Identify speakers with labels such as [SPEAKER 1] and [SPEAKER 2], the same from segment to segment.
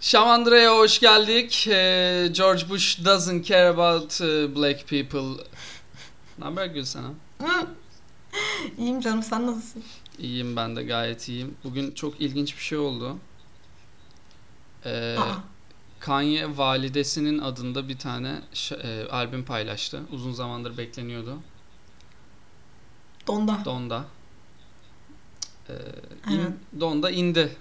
[SPEAKER 1] Şamandıra'ya hoş geldik. Ee, George Bush doesn't care about e, black people. Ne haber Gülsen ha?
[SPEAKER 2] İyiyim canım sen nasılsın?
[SPEAKER 1] İyiyim ben de gayet iyiyim. Bugün çok ilginç bir şey oldu. Ee,
[SPEAKER 2] Aa,
[SPEAKER 1] Kanye validesinin adında bir tane ş- e, albüm paylaştı. Uzun zamandır bekleniyordu.
[SPEAKER 2] donda.
[SPEAKER 1] Donda. Ee, in-
[SPEAKER 2] Evet.
[SPEAKER 1] Donda indi.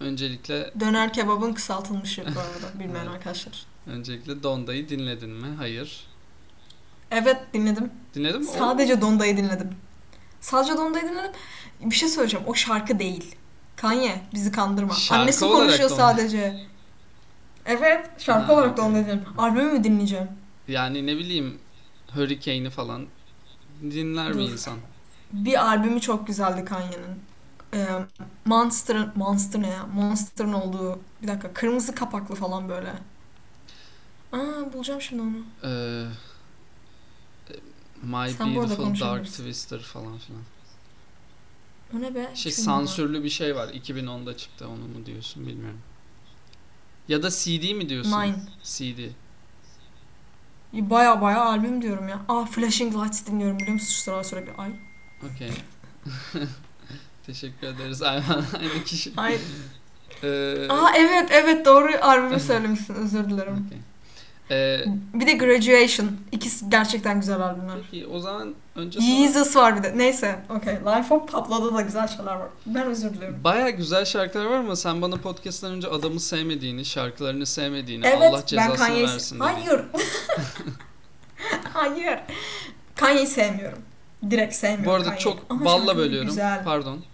[SPEAKER 1] Öncelikle
[SPEAKER 2] Döner kebabın kısaltılmışı bu arada bilmeyen
[SPEAKER 1] Evet.
[SPEAKER 2] arkadaşlar.
[SPEAKER 1] öncelikle Donda'yı dinledin mi? Hayır.
[SPEAKER 2] Evet dinledim.
[SPEAKER 1] Dinledin mi? O-
[SPEAKER 2] Sadece Donda'yı dinledim. Sadece Donda'yı dinledim. Bir şey söyleyeceğim. O şarkı değil. Kanye bizi kandırma.
[SPEAKER 1] Şarkı
[SPEAKER 2] Annesi
[SPEAKER 1] olarak
[SPEAKER 2] konuşuyor
[SPEAKER 1] Donda.
[SPEAKER 2] sadece. Evet şarkı
[SPEAKER 1] Ha,
[SPEAKER 2] olarak
[SPEAKER 1] okey.
[SPEAKER 2] Donda'yı dinledim. Albümü mü dinleyeceğim?
[SPEAKER 1] Yani ne bileyim Hurricane'i falan dinler mi
[SPEAKER 2] Dur.
[SPEAKER 1] insan?
[SPEAKER 2] Bir albümü çok güzeldi Kanye'nin. Ee, Monster, Monster ne ya? Monster'ın olduğu bir dakika kırmızı kapaklı falan böyle. Aa bulacağım şimdi onu.
[SPEAKER 1] Ee, e, My
[SPEAKER 2] Sen bu arada
[SPEAKER 1] Beautiful Dark
[SPEAKER 2] konuşabilirsin.
[SPEAKER 1] Twister falan filan.
[SPEAKER 2] O ne be?
[SPEAKER 1] Şey
[SPEAKER 2] Hiç bilmiyorum.
[SPEAKER 1] sansürlü bir şey var. 2010'da çıktı onu mu diyorsun bilmiyorum. Ya da CD mi diyorsun?
[SPEAKER 2] Nine.
[SPEAKER 1] CD.
[SPEAKER 2] Baya baya albüm diyorum ya. Aa Flashing Lights dinliyorum biliyor musun? Şu sıralar sonra bir ay.
[SPEAKER 1] Okey. Teşekkür ederiz. Aynen aynı kişi.
[SPEAKER 2] Ay.
[SPEAKER 1] Ee,
[SPEAKER 2] Aa evet evet doğru albümü söylemişsin özür dilerim.
[SPEAKER 1] okey. Ee,
[SPEAKER 2] Bir de Graduation. İkisi gerçekten güzel albümler.
[SPEAKER 1] peki o zaman önce sana...
[SPEAKER 2] Jesus var bir de. Neyse. Okay. Life of Pablo'da da güzel şeyler var. Ben özür diliyorum.
[SPEAKER 1] Baya güzel şarkılar var ama sen bana podcast'tan önce adamı sevmediğini, şarkılarını sevmediğini, Allah
[SPEAKER 2] evet ben
[SPEAKER 1] cezasını
[SPEAKER 2] Kanye'yi...
[SPEAKER 1] versin dedin.
[SPEAKER 2] Hayır. Hayır. Kanye'yi sevmiyorum. Direkt sevmiyorum
[SPEAKER 1] Bu arada
[SPEAKER 2] Kanye'yi.
[SPEAKER 1] çok
[SPEAKER 2] Ama
[SPEAKER 1] balla
[SPEAKER 2] şarkıları
[SPEAKER 1] bölüyorum.
[SPEAKER 2] Güzel.
[SPEAKER 1] Pardon.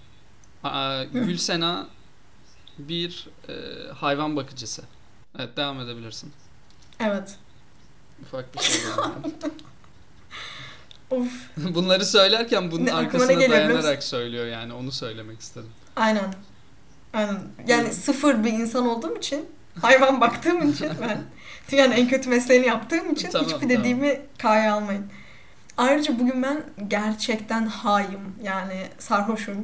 [SPEAKER 1] Aa, Gülsena bir e, hayvan bakıcısı. Evet devam edebilirsin.
[SPEAKER 2] Evet.
[SPEAKER 1] Ufak bir şey. yani.
[SPEAKER 2] Of.
[SPEAKER 1] Bunları söylerken bunun
[SPEAKER 2] Ne, aklıma ne
[SPEAKER 1] arkasına
[SPEAKER 2] geliyor biliyor musun?
[SPEAKER 1] dayanarak söylüyor yani onu söylemek istedim.
[SPEAKER 2] Aynen. Aynen. Yani
[SPEAKER 1] Evet.
[SPEAKER 2] sıfır bir insan olduğum için, hayvan baktığım için ben dünyanın en kötü mesleğini yaptığım için
[SPEAKER 1] Tamam,
[SPEAKER 2] hiçbir
[SPEAKER 1] tamam.
[SPEAKER 2] dediğimi kaya almayın. Ayrıca bugün ben gerçekten hayım. Yani sarhoşum.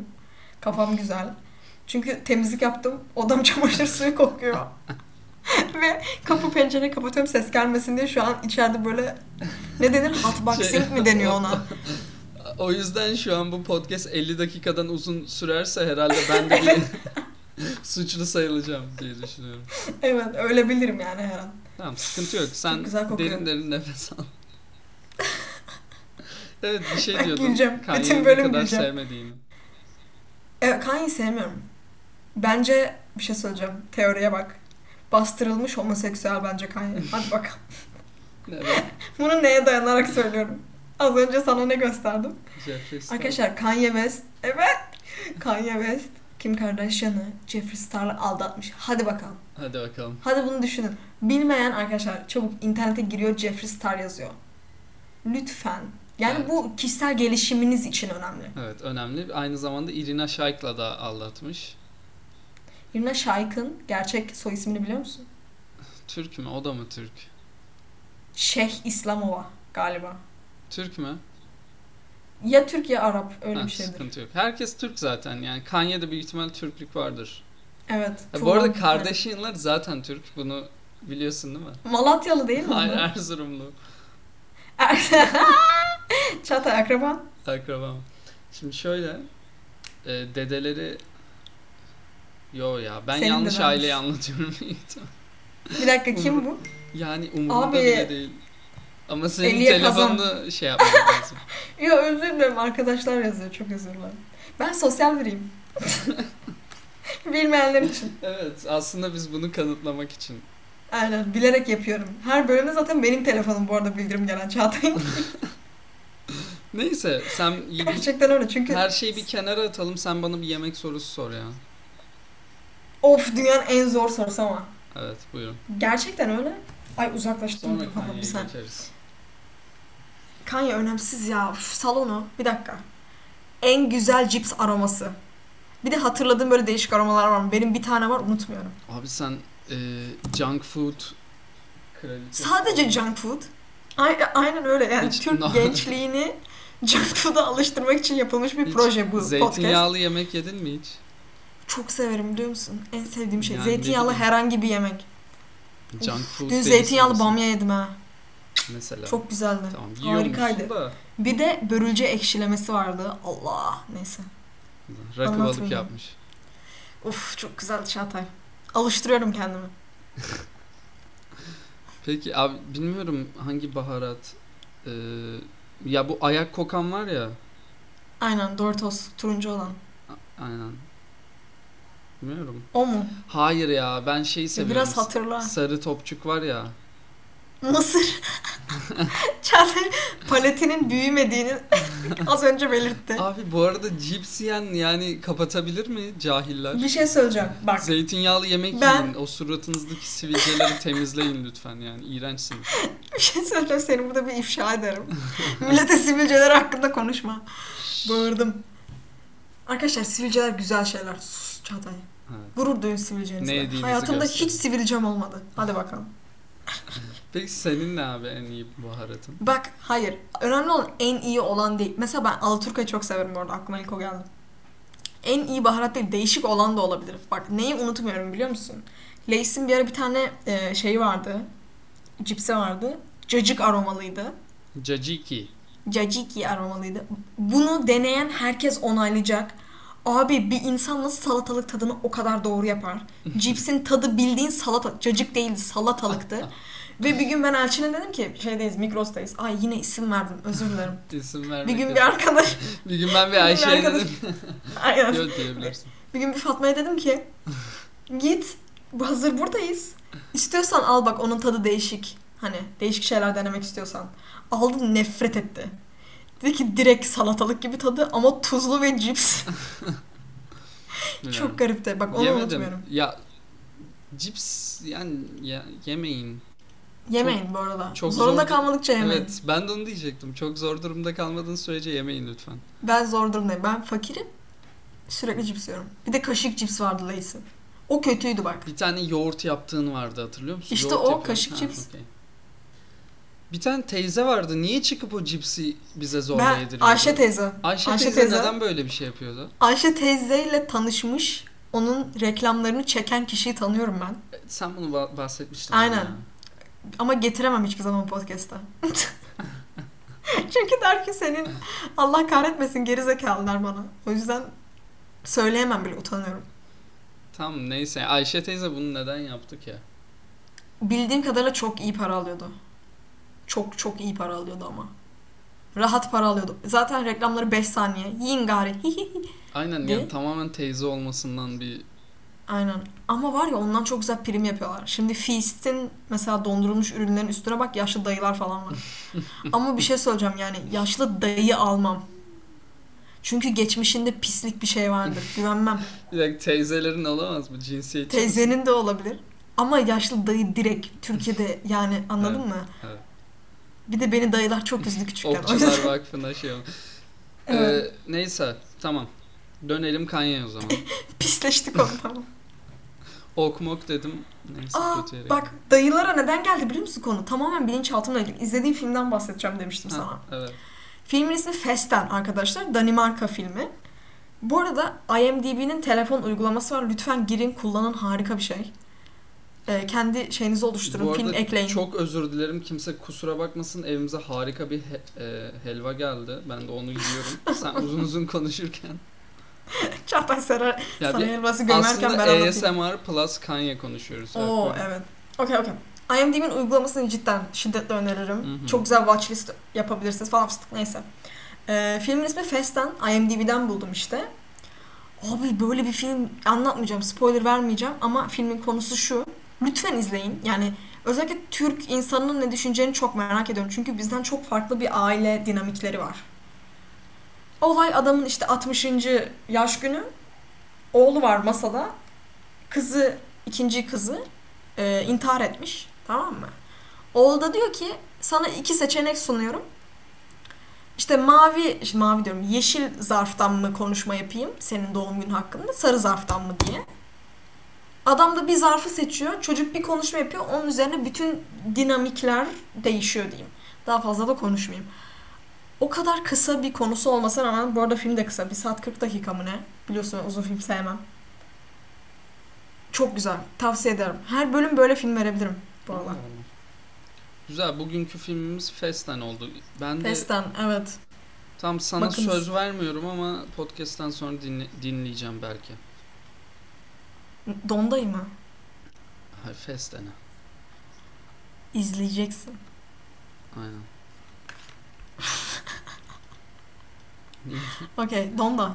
[SPEAKER 2] Kafam güzel. Çünkü temizlik yaptım. Odam çamaşır suyu kokuyor. Ve kapı pencere kapatıyorum ses gelmesin diye şu an içeride böyle ne denir? Hotboxing
[SPEAKER 1] Şey-
[SPEAKER 2] mi deniyor ona?
[SPEAKER 1] O yüzden şu an bu podcast 50 dakikadan uzun sürerse herhalde ben de bir suçlu sayılacağım diye düşünüyorum.
[SPEAKER 2] Evet ölebilirim yani her an.
[SPEAKER 1] Tamam sıkıntı yok. Sen
[SPEAKER 2] Çok güzel kokuyor.
[SPEAKER 1] derin derin nefes al. evet bir şey
[SPEAKER 2] Ben
[SPEAKER 1] diyordun.
[SPEAKER 2] güleceğim. Bütün
[SPEAKER 1] Kanye'yi ne
[SPEAKER 2] bölüm
[SPEAKER 1] kadar
[SPEAKER 2] güleceğim.
[SPEAKER 1] sevmediğini.
[SPEAKER 2] Evet, Kanye'yi E, sevmiyorum. Bence bir şey söyleyeceğim. Teoriye bak. Bastırılmış homoseksüel bence Kanye. Hadi bakalım.
[SPEAKER 1] Evet.
[SPEAKER 2] Bunu neye dayanarak söylüyorum? Az önce sana ne gösterdim?
[SPEAKER 1] Jeffrey Star.
[SPEAKER 2] Arkadaşlar Kanye West. Evet. Kanye West. Kim Kardashian'ı Jeffree Star'la aldatmış. Hadi bakalım.
[SPEAKER 1] Hadi bakalım.
[SPEAKER 2] Hadi bunu düşünün. Bilmeyen arkadaşlar çabuk internete giriyor Jeffree Star yazıyor. Lütfen. Yani
[SPEAKER 1] Evet.
[SPEAKER 2] bu kişisel gelişiminiz için önemli.
[SPEAKER 1] Evet önemli. Aynı zamanda Irina Shayk'la da aldatmış.
[SPEAKER 2] Irina Shaykh'ın gerçek soy ismini biliyor musun?
[SPEAKER 1] Türk mü? O da mı Türk?
[SPEAKER 2] Şeyh İslamova galiba.
[SPEAKER 1] Türk mü?
[SPEAKER 2] Ya Türk ya Arap öyle
[SPEAKER 1] Ha,
[SPEAKER 2] bir şeydir.
[SPEAKER 1] Sıkıntı yok. Herkes Türk zaten. Yani Kanye'de büyük ihtimal Türklük vardır.
[SPEAKER 2] Evet.
[SPEAKER 1] Ha, bu
[SPEAKER 2] Turan-
[SPEAKER 1] arada Kardashian'lar zaten Türk. Bunu biliyorsun değil mi?
[SPEAKER 2] Malatyalı değil mi?
[SPEAKER 1] Hayır
[SPEAKER 2] bunlar? Er-
[SPEAKER 1] Erzurumlu.
[SPEAKER 2] Çağatay akraban.
[SPEAKER 1] Akrabam. Şimdi şöyle. e, dedeleri... Yo ya ben
[SPEAKER 2] Senin
[SPEAKER 1] yanlış
[SPEAKER 2] dedenmiş.
[SPEAKER 1] aileyi anlatıyorum. büyük ihtimal.
[SPEAKER 2] Bir dakika kim bu?
[SPEAKER 1] yani umurumda
[SPEAKER 2] Abi,
[SPEAKER 1] bile değil. Ama senin
[SPEAKER 2] Eliye Kazan.
[SPEAKER 1] telefonunu şey yapman lazım.
[SPEAKER 2] Yo özür dilerim arkadaşlar yazıyor çok özür dilerim. Ben sosyal biriyim. Bilmeyenler için.
[SPEAKER 1] Evet aslında biz bunu kanıtlamak için.
[SPEAKER 2] Aynen bilerek yapıyorum. Her bölümde zaten benim telefonum bu arada bildirim gelen Çağatay'ın.
[SPEAKER 1] Neyse sen iyi-
[SPEAKER 2] Gerçekten öyle çünkü
[SPEAKER 1] her şeyi bir kenara atalım sen bana bir yemek sorusu sor ya.
[SPEAKER 2] of dünyanın en zor sorusu ama.
[SPEAKER 1] Evet buyurun.
[SPEAKER 2] Gerçekten öyle. Ay uzaklaştım
[SPEAKER 1] Sonra
[SPEAKER 2] bir kafa bir
[SPEAKER 1] Kanye'ye
[SPEAKER 2] saniye.
[SPEAKER 1] geçeriz.
[SPEAKER 2] Kanye önemsiz ya. Üf, salonu. Bir dakika. En güzel cips aroması. Bir de hatırladığım böyle değişik aromalar var. Benim bir tane var unutmuyorum.
[SPEAKER 1] Abi sen e, junk food kraliçesi.
[SPEAKER 2] Sadece junk food. A- aynen öyle yani
[SPEAKER 1] Hiç-
[SPEAKER 2] Türk
[SPEAKER 1] no.
[SPEAKER 2] gençliğini junk food'a alıştırmak için yapılmış bir
[SPEAKER 1] Hiç
[SPEAKER 2] proje bu podcast.
[SPEAKER 1] Zeytinyağlı yemek yedin mi hiç?
[SPEAKER 2] çok severim biliyor musun? En sevdiğim şey.
[SPEAKER 1] Yani ne
[SPEAKER 2] zeytinyağlı
[SPEAKER 1] bileyim.
[SPEAKER 2] herhangi bir yemek.
[SPEAKER 1] Junk food
[SPEAKER 2] Dün
[SPEAKER 1] değil
[SPEAKER 2] zeytinyağlı
[SPEAKER 1] sanırsın.
[SPEAKER 2] bamya yedim ha.
[SPEAKER 1] Mesela.
[SPEAKER 2] Çok güzeldi.
[SPEAKER 1] tamam, yiyormuşsun
[SPEAKER 2] harikaydı.
[SPEAKER 1] Da,
[SPEAKER 2] Bir de börülce ekşilemesi vardı. Allah neyse.
[SPEAKER 1] rakı balık
[SPEAKER 2] Anlatmayayım.
[SPEAKER 1] yapmış.
[SPEAKER 2] Uf çok güzeldi Çağatay. Alıştırıyorum kendimi.
[SPEAKER 1] Peki abi bilmiyorum hangi baharat. Ee, ya bu ayak kokan var ya.
[SPEAKER 2] Aynen Doritos turuncu olan.
[SPEAKER 1] a- aynen. Bilmiyorum.
[SPEAKER 2] O mu?
[SPEAKER 1] Hayır ya ben şeyi seviyorum.
[SPEAKER 2] Biraz hatırla.
[SPEAKER 1] Sarı topçuk var ya.
[SPEAKER 2] Mısır. Çağatay paletinin büyümediğini az önce belirtti.
[SPEAKER 1] Abi bu arada cips yiyen yani kapatabilir mi cahiller?
[SPEAKER 2] Bir şey söyleyeceğim. Bak
[SPEAKER 1] Zeytinyağlı yemek
[SPEAKER 2] Ben-
[SPEAKER 1] yiyin. O suratınızdaki sivilceleri temizleyin lütfen yani. İğrençsiniz.
[SPEAKER 2] bir şey söyleyeceğim. Seni burada bir ifşa ederim. Millete sivilceler hakkında konuşma. Bağırdım. Arkadaşlar sivilceler güzel şeyler. Sus Çağatay.
[SPEAKER 1] Evet.
[SPEAKER 2] Gurur duyun
[SPEAKER 1] Ne
[SPEAKER 2] sivilcenizle.
[SPEAKER 1] yediğinizi
[SPEAKER 2] Hayatımda
[SPEAKER 1] gösterin.
[SPEAKER 2] hiç sivilcem olmadı. Hadi bakalım.
[SPEAKER 1] Peki senin ne abi en iyi baharatın?
[SPEAKER 2] Bak hayır. Önemli olan en iyi olan değil. Mesela ben Alaturka'yı çok severim orada. Aklıma ilk o geldi. En iyi baharat değil. Değişik olan da olabilir. Bak neyi unutmuyorum biliyor musun? Lay's'in bir ara bir tane e, şeyi vardı. Cipsi vardı. Cacık aromalıydı.
[SPEAKER 1] Caciki.
[SPEAKER 2] Caciki aromalıydı. Bunu deneyen herkes onaylayacak. Abi bir insan nasıl salatalık tadını o kadar doğru yapar? Cipsin tadı bildiğin salata, cacık değildi salatalıktı. Ve bir gün ben Elçin'e dedim ki şeydeyiz Migros'tayız. Ay yine isim verdim özür dilerim.
[SPEAKER 1] İsim vermek.
[SPEAKER 2] bir gün bir arkadaş
[SPEAKER 1] Bir gün ben bir
[SPEAKER 2] gün
[SPEAKER 1] Ayşe'ye
[SPEAKER 2] arkadaş-
[SPEAKER 1] dedim.
[SPEAKER 2] aynen.
[SPEAKER 1] Yok diyebilirsin.
[SPEAKER 2] bir gün bir Fatma'ya dedim ki git bu hazır buradayız. İstiyorsan al bak onun tadı değişik. Hani değişik şeyler denemek istiyorsan. Aldı nefret etti. Dedi ki direkt salatalık gibi tadı ama tuzlu ve cips.
[SPEAKER 1] Bilmiyorum.
[SPEAKER 2] Çok garipti. Bak onu unutmuyorum.
[SPEAKER 1] Ya cips yani ya, yemeyin.
[SPEAKER 2] Yemeyin bu arada.
[SPEAKER 1] çok
[SPEAKER 2] Zorunda
[SPEAKER 1] zor-
[SPEAKER 2] kalmadıkça yemeyin.
[SPEAKER 1] Evet ben de onu diyecektim. Çok zor durumda kalmadığın sürece yemeyin lütfen.
[SPEAKER 2] Ben zor durumdayım. Ben fakirim. Sürekli cips yiyorum. Bir de kaşık cips vardı Lay's'in. O kötüydü bak.
[SPEAKER 1] Bir tane yoğurt yaptığın vardı hatırlıyor musun?
[SPEAKER 2] İşte
[SPEAKER 1] Yoğurt
[SPEAKER 2] o, kaşık cips.
[SPEAKER 1] okey. Bir tane teyze vardı. Niye çıkıp o cipsi bize zorla
[SPEAKER 2] Ben
[SPEAKER 1] yediriyordu?
[SPEAKER 2] Ayşe teyze.
[SPEAKER 1] Ayşe,
[SPEAKER 2] Ayşe
[SPEAKER 1] teyze,
[SPEAKER 2] teyze-
[SPEAKER 1] neden böyle bir şey yapıyordu?
[SPEAKER 2] Ayşe teyzeyle tanışmış, onun reklamlarını çeken kişiyi tanıyorum ben.
[SPEAKER 1] E, Sen bunu ba- bahsetmiştin.
[SPEAKER 2] Aynen.
[SPEAKER 1] bana ya.
[SPEAKER 2] Ama getiremem hiçbir zaman podcast'a. Çünkü der ki senin Allah kahretmesin geri zekalılar bana. O yüzden söyleyemem bile utanıyorum.
[SPEAKER 1] Tamam neyse. Ayşe teyze bunu neden yaptı ki?
[SPEAKER 2] Bildiğim kadarıyla çok iyi para alıyordu. Çok çok iyi para alıyordu ama. Rahat para alıyordu. Zaten reklamları 5 saniye. Yiyin gari.
[SPEAKER 1] Aynen
[SPEAKER 2] Değil
[SPEAKER 1] yani tamamen teyze olmasından bir
[SPEAKER 2] Aynen. Ama var ya ondan çok güzel prim yapıyorlar. Şimdi Feast'in mesela dondurulmuş ürünlerin üstüne bak yaşlı dayılar falan var. Ama bir şey söyleyeceğim yani yaşlı dayı almam. Çünkü geçmişinde pislik bir şey vardır. Güvenmem.
[SPEAKER 1] bir dakika teyzelerin olamaz mı cinsiyetçi?
[SPEAKER 2] Teyzenin de olabilir. Ama yaşlı dayı direkt Türkiye'de yani anladın mı?
[SPEAKER 1] evet.
[SPEAKER 2] Bir de beni dayılar çok üzdü küçükken. O
[SPEAKER 1] Okçular
[SPEAKER 2] yüzden-
[SPEAKER 1] Vakfı'nda şey olmuş. Ee,
[SPEAKER 2] Evet.
[SPEAKER 1] neyse tamam. Dönelim Kanye'ye o zaman.
[SPEAKER 2] Pisleştik ondan.
[SPEAKER 1] Okmok dedim. Neyse
[SPEAKER 2] Aa
[SPEAKER 1] kötü yere.
[SPEAKER 2] bak dayılara neden geldi biliyor musun konu? Tamamen bilinçaltımla ilgili. İzlediğim filmden bahsedeceğim demiştim sana.
[SPEAKER 1] Ha, evet.
[SPEAKER 2] Filmin ismi Festen arkadaşlar. Danimarka filmi. Bu arada IMDb'nin telefon uygulaması var. Lütfen girin kullanın harika bir şey. Ee, kendi şeyinizi
[SPEAKER 1] Bu
[SPEAKER 2] oluşturun.
[SPEAKER 1] arada
[SPEAKER 2] Film ekleyin.
[SPEAKER 1] Çok özür dilerim. Kimse kusura bakmasın. Evimize harika bir he- e, helva geldi. Ben de onu yiyorum. Sen uzun uzun konuşurken.
[SPEAKER 2] Çağatay Saray,
[SPEAKER 1] Ya
[SPEAKER 2] Saray
[SPEAKER 1] bir,
[SPEAKER 2] helvası gömerken
[SPEAKER 1] aslında
[SPEAKER 2] ben anlatayım.
[SPEAKER 1] ASMR plus Kanye konuşuyoruz.
[SPEAKER 2] Oo
[SPEAKER 1] böyle.
[SPEAKER 2] evet. Okey okey. IMDb'nin uygulamasını cidden şiddetle öneririm.
[SPEAKER 1] Hı hı.
[SPEAKER 2] Çok güzel watchlist yapabilirsiniz falan fıstık neyse. Ee, filmin ismi Festen. IMDb'den buldum işte. Abi böyle bir film anlatmayacağım, spoiler vermeyeceğim ama filmin konusu şu. Lütfen izleyin. Yani özellikle Türk insanının ne düşüneceğini çok merak ediyorum. Çünkü bizden çok farklı bir aile dinamikleri var. Olay adamın işte 60. yaş günü. Oğlu var masada. Kızı, ikinci kızı e, intihar etmiş. Tamam mı? Oğlu da diyor ki sana iki seçenek sunuyorum. İşte mavi, işte mavi diyorum yeşil zarftan mı konuşma yapayım senin doğum günü hakkında sarı zarftan mı diye. Adam da bir zarfı seçiyor. Çocuk bir konuşma yapıyor. Onun üzerine bütün dinamikler değişiyor diyeyim. Daha fazla da konuşmayayım. O kadar kısa bir konusu olmasına rağmen bu arada film de kısa. Bir saat 40 dakika mı ne? Biliyorsun ben uzun film sevmem. Çok güzel. Tavsiye ederim. Her bölüm böyle film verebilirim bu arada.
[SPEAKER 1] Güzel. Bugünkü filmimiz Festen oldu. Ben de
[SPEAKER 2] Festen evet.
[SPEAKER 1] tam sana
[SPEAKER 2] Bakınız.
[SPEAKER 1] söz vermiyorum ama podcast'ten sonra dinle- dinleyeceğim belki.
[SPEAKER 2] Dondayı mı?
[SPEAKER 1] Hayır, Festen'e.
[SPEAKER 2] İzleyeceksin.
[SPEAKER 1] Aynen.
[SPEAKER 2] Okey Donda.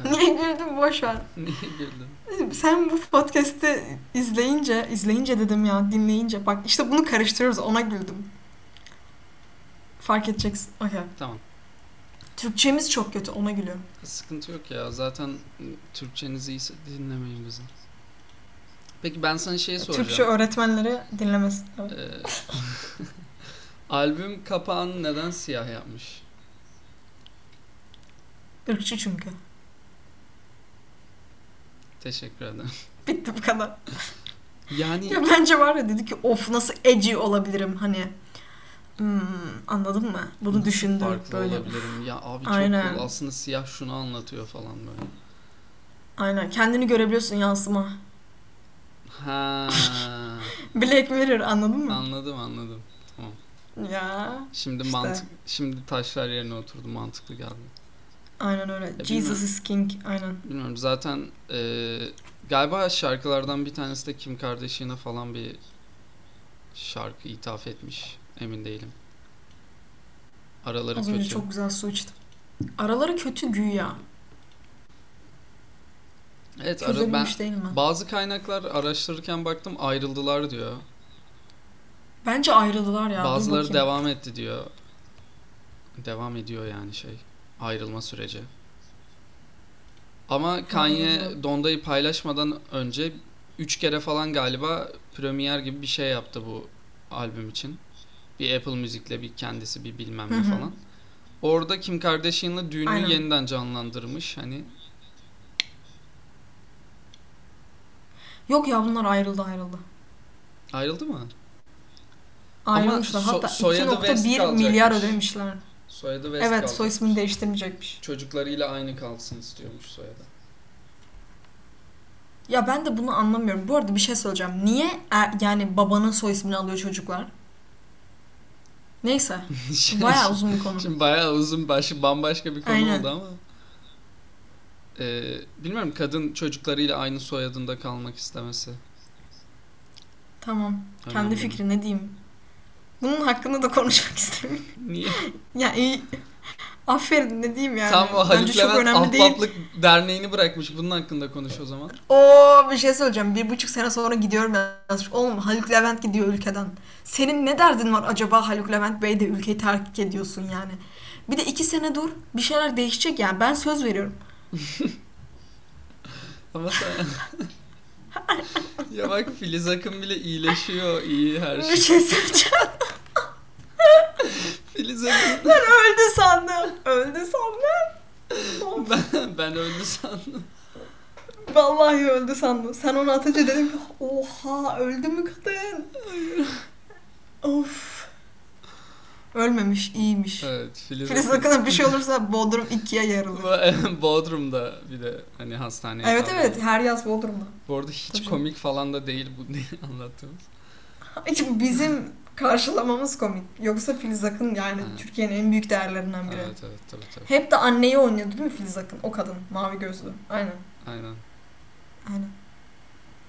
[SPEAKER 1] Evet.
[SPEAKER 2] Niye güldün boşver.
[SPEAKER 1] Niye güldün?
[SPEAKER 2] Sen bu podcast'i izleyince, izleyince dedim ya dinleyince. Bak işte bunu karıştırıyoruz ona güldüm. Fark edeceksin. Okey.
[SPEAKER 1] Tamam.
[SPEAKER 2] Türkçemiz çok kötü ona gülüyorum.
[SPEAKER 1] Sıkıntı yok ya. Zaten Türkçeniz iyiyse dinlemeyin bizi. Peki ben sana şey soracağım.
[SPEAKER 2] Türkçe öğretmenleri dinlemesin. Evet.
[SPEAKER 1] Ee, albüm kapağını neden siyah yapmış?
[SPEAKER 2] Irkçı çünkü.
[SPEAKER 1] Teşekkür ederim.
[SPEAKER 2] Bitti bu kadar.
[SPEAKER 1] Yani
[SPEAKER 2] Ya bence var ya dedi ki of nasıl edgy olabilirim hani. Hmm, anladın mı? Bunu
[SPEAKER 1] nasıl
[SPEAKER 2] düşündüm
[SPEAKER 1] farklı
[SPEAKER 2] böyle.
[SPEAKER 1] olabilirim. Ya abi çok
[SPEAKER 2] Aynen.
[SPEAKER 1] cool. Aslında siyah şunu anlatıyor falan böyle.
[SPEAKER 2] Aynen kendini görebiliyorsun yansıma.
[SPEAKER 1] Ha
[SPEAKER 2] Black Mirror anladın mı?
[SPEAKER 1] anladım anladım.
[SPEAKER 2] ya
[SPEAKER 1] Şimdi
[SPEAKER 2] İşte.
[SPEAKER 1] mantık şimdi taşlar yerine oturdu mantıklı geldi.
[SPEAKER 2] aynen öyle. Jesus
[SPEAKER 1] bilmiyorum.
[SPEAKER 2] is King aynen.
[SPEAKER 1] Bilmiyorum zaten e, galiba şarkılardan bir tanesi de Kim Kardashian'a falan bir şarkı ithaf etmiş. Emin değilim. Araları
[SPEAKER 2] Az önce
[SPEAKER 1] kötü.
[SPEAKER 2] çok güzel su içtim. Araları kötü güya.
[SPEAKER 1] Evet ara, ben
[SPEAKER 2] Çözülmüş değil mi?
[SPEAKER 1] bazı kaynaklar araştırırken baktım ayrıldılar diyor.
[SPEAKER 2] Bence ayrıldılar ya. dur
[SPEAKER 1] Bazıları
[SPEAKER 2] bakayım.
[SPEAKER 1] devam etti diyor. Devam ediyor yani şey. Ayrılma süreci. Ama Kanye
[SPEAKER 2] Anladım.
[SPEAKER 1] Donda'yı paylaşmadan önce 3 kere falan galiba premier gibi bir şey yaptı bu albüm için. Bir Apple Music'le bir kendisi bir bilmem
[SPEAKER 2] Hı
[SPEAKER 1] ne
[SPEAKER 2] hı.
[SPEAKER 1] falan. Orada Kim Kardashian'la düğünü
[SPEAKER 2] Aynen.
[SPEAKER 1] yeniden canlandırmış. Hani
[SPEAKER 2] Yok ya bunlar ayrıldı ayrıldı.
[SPEAKER 1] ayrıldı mı? Ama
[SPEAKER 2] Ayrılmışlar.
[SPEAKER 1] so-
[SPEAKER 2] Hatta
[SPEAKER 1] soyadı West
[SPEAKER 2] 2.1
[SPEAKER 1] kalacakmış.
[SPEAKER 2] milyar ödemişler.
[SPEAKER 1] Soyadı West
[SPEAKER 2] Evet
[SPEAKER 1] kaldı.
[SPEAKER 2] soy ismini değiştirmeyecekmiş.
[SPEAKER 1] Çocuklarıyla aynı kalsın istiyormuş soyadı.
[SPEAKER 2] Ya ben de bunu anlamıyorum. Bu arada bir şey söyleyeceğim. Niye er- yani babanın soy ismini alıyor çocuklar? Neyse.
[SPEAKER 1] Şey
[SPEAKER 2] Bayağı uzun bir konu.
[SPEAKER 1] Şimdi bayağı uzun başı bambaşka bir konu
[SPEAKER 2] Aynen.
[SPEAKER 1] oldu ama. Ee, bilmiyorum kadın çocuklarıyla aynı soyadında kalmak istemesi.
[SPEAKER 2] Tamam.
[SPEAKER 1] Önemli
[SPEAKER 2] Kendi
[SPEAKER 1] mi?
[SPEAKER 2] fikri ne diyeyim? Bunun hakkında da konuşmak istemiyorum.
[SPEAKER 1] Niye?
[SPEAKER 2] ya iyi. Aferin ne diyeyim yani.
[SPEAKER 1] Tam o
[SPEAKER 2] Bence
[SPEAKER 1] Haluk
[SPEAKER 2] çok
[SPEAKER 1] Levent
[SPEAKER 2] önemli değil.
[SPEAKER 1] Ahbaplık Derneği'ni bırakmış. Bunun hakkında konuş o zaman.
[SPEAKER 2] Oo bir şey söyleyeceğim. Bir buçuk sene sonra gidiyorum yazmış. Oğlum Haluk Levent gidiyor ülkeden. Senin ne derdin var acaba Haluk Levent Bey de ülkeyi terk ediyorsun yani. Bir de iki sene dur. Bir şeyler değişecek yani. Ben söz veriyorum.
[SPEAKER 1] Ama sen... ya bak Filiz Akın bile iyileşiyor iyi her
[SPEAKER 2] Bir
[SPEAKER 1] şey.
[SPEAKER 2] şey söyleyeceğim.
[SPEAKER 1] Filiz Akın
[SPEAKER 2] Ben öldü sandım. Öldü sandım.
[SPEAKER 1] ben, ben öldü sandım.
[SPEAKER 2] Vallahi öldü sandım. Sen onu atınca dedim ki oha öldü mü kadın? of. Ölmemiş iyiymiş.
[SPEAKER 1] Evet Filiz,
[SPEAKER 2] Filiz
[SPEAKER 1] Akın.
[SPEAKER 2] Akın'a bir şey olursa Bodrum ikiye yarılır.
[SPEAKER 1] Bodrum'da bir de hani hastaneye
[SPEAKER 2] Evet
[SPEAKER 1] kaldırdı.
[SPEAKER 2] evet her yaz Bodrum'da.
[SPEAKER 1] Bu arada hiç
[SPEAKER 2] Tabii.
[SPEAKER 1] komik falan da değil bu anlattığımız.
[SPEAKER 2] Çünkü bizim karşılamamız komik. Yoksa Filiz Akın yani
[SPEAKER 1] Ha.
[SPEAKER 2] Türkiye'nin en büyük değerlerinden biri.
[SPEAKER 1] Evet evet tabii tabii.
[SPEAKER 2] Hep de anneyi oynuyordu değil mi Filiz Akın? O kadın mavi gözlü. Aynen.
[SPEAKER 1] Aynen.
[SPEAKER 2] Aynen.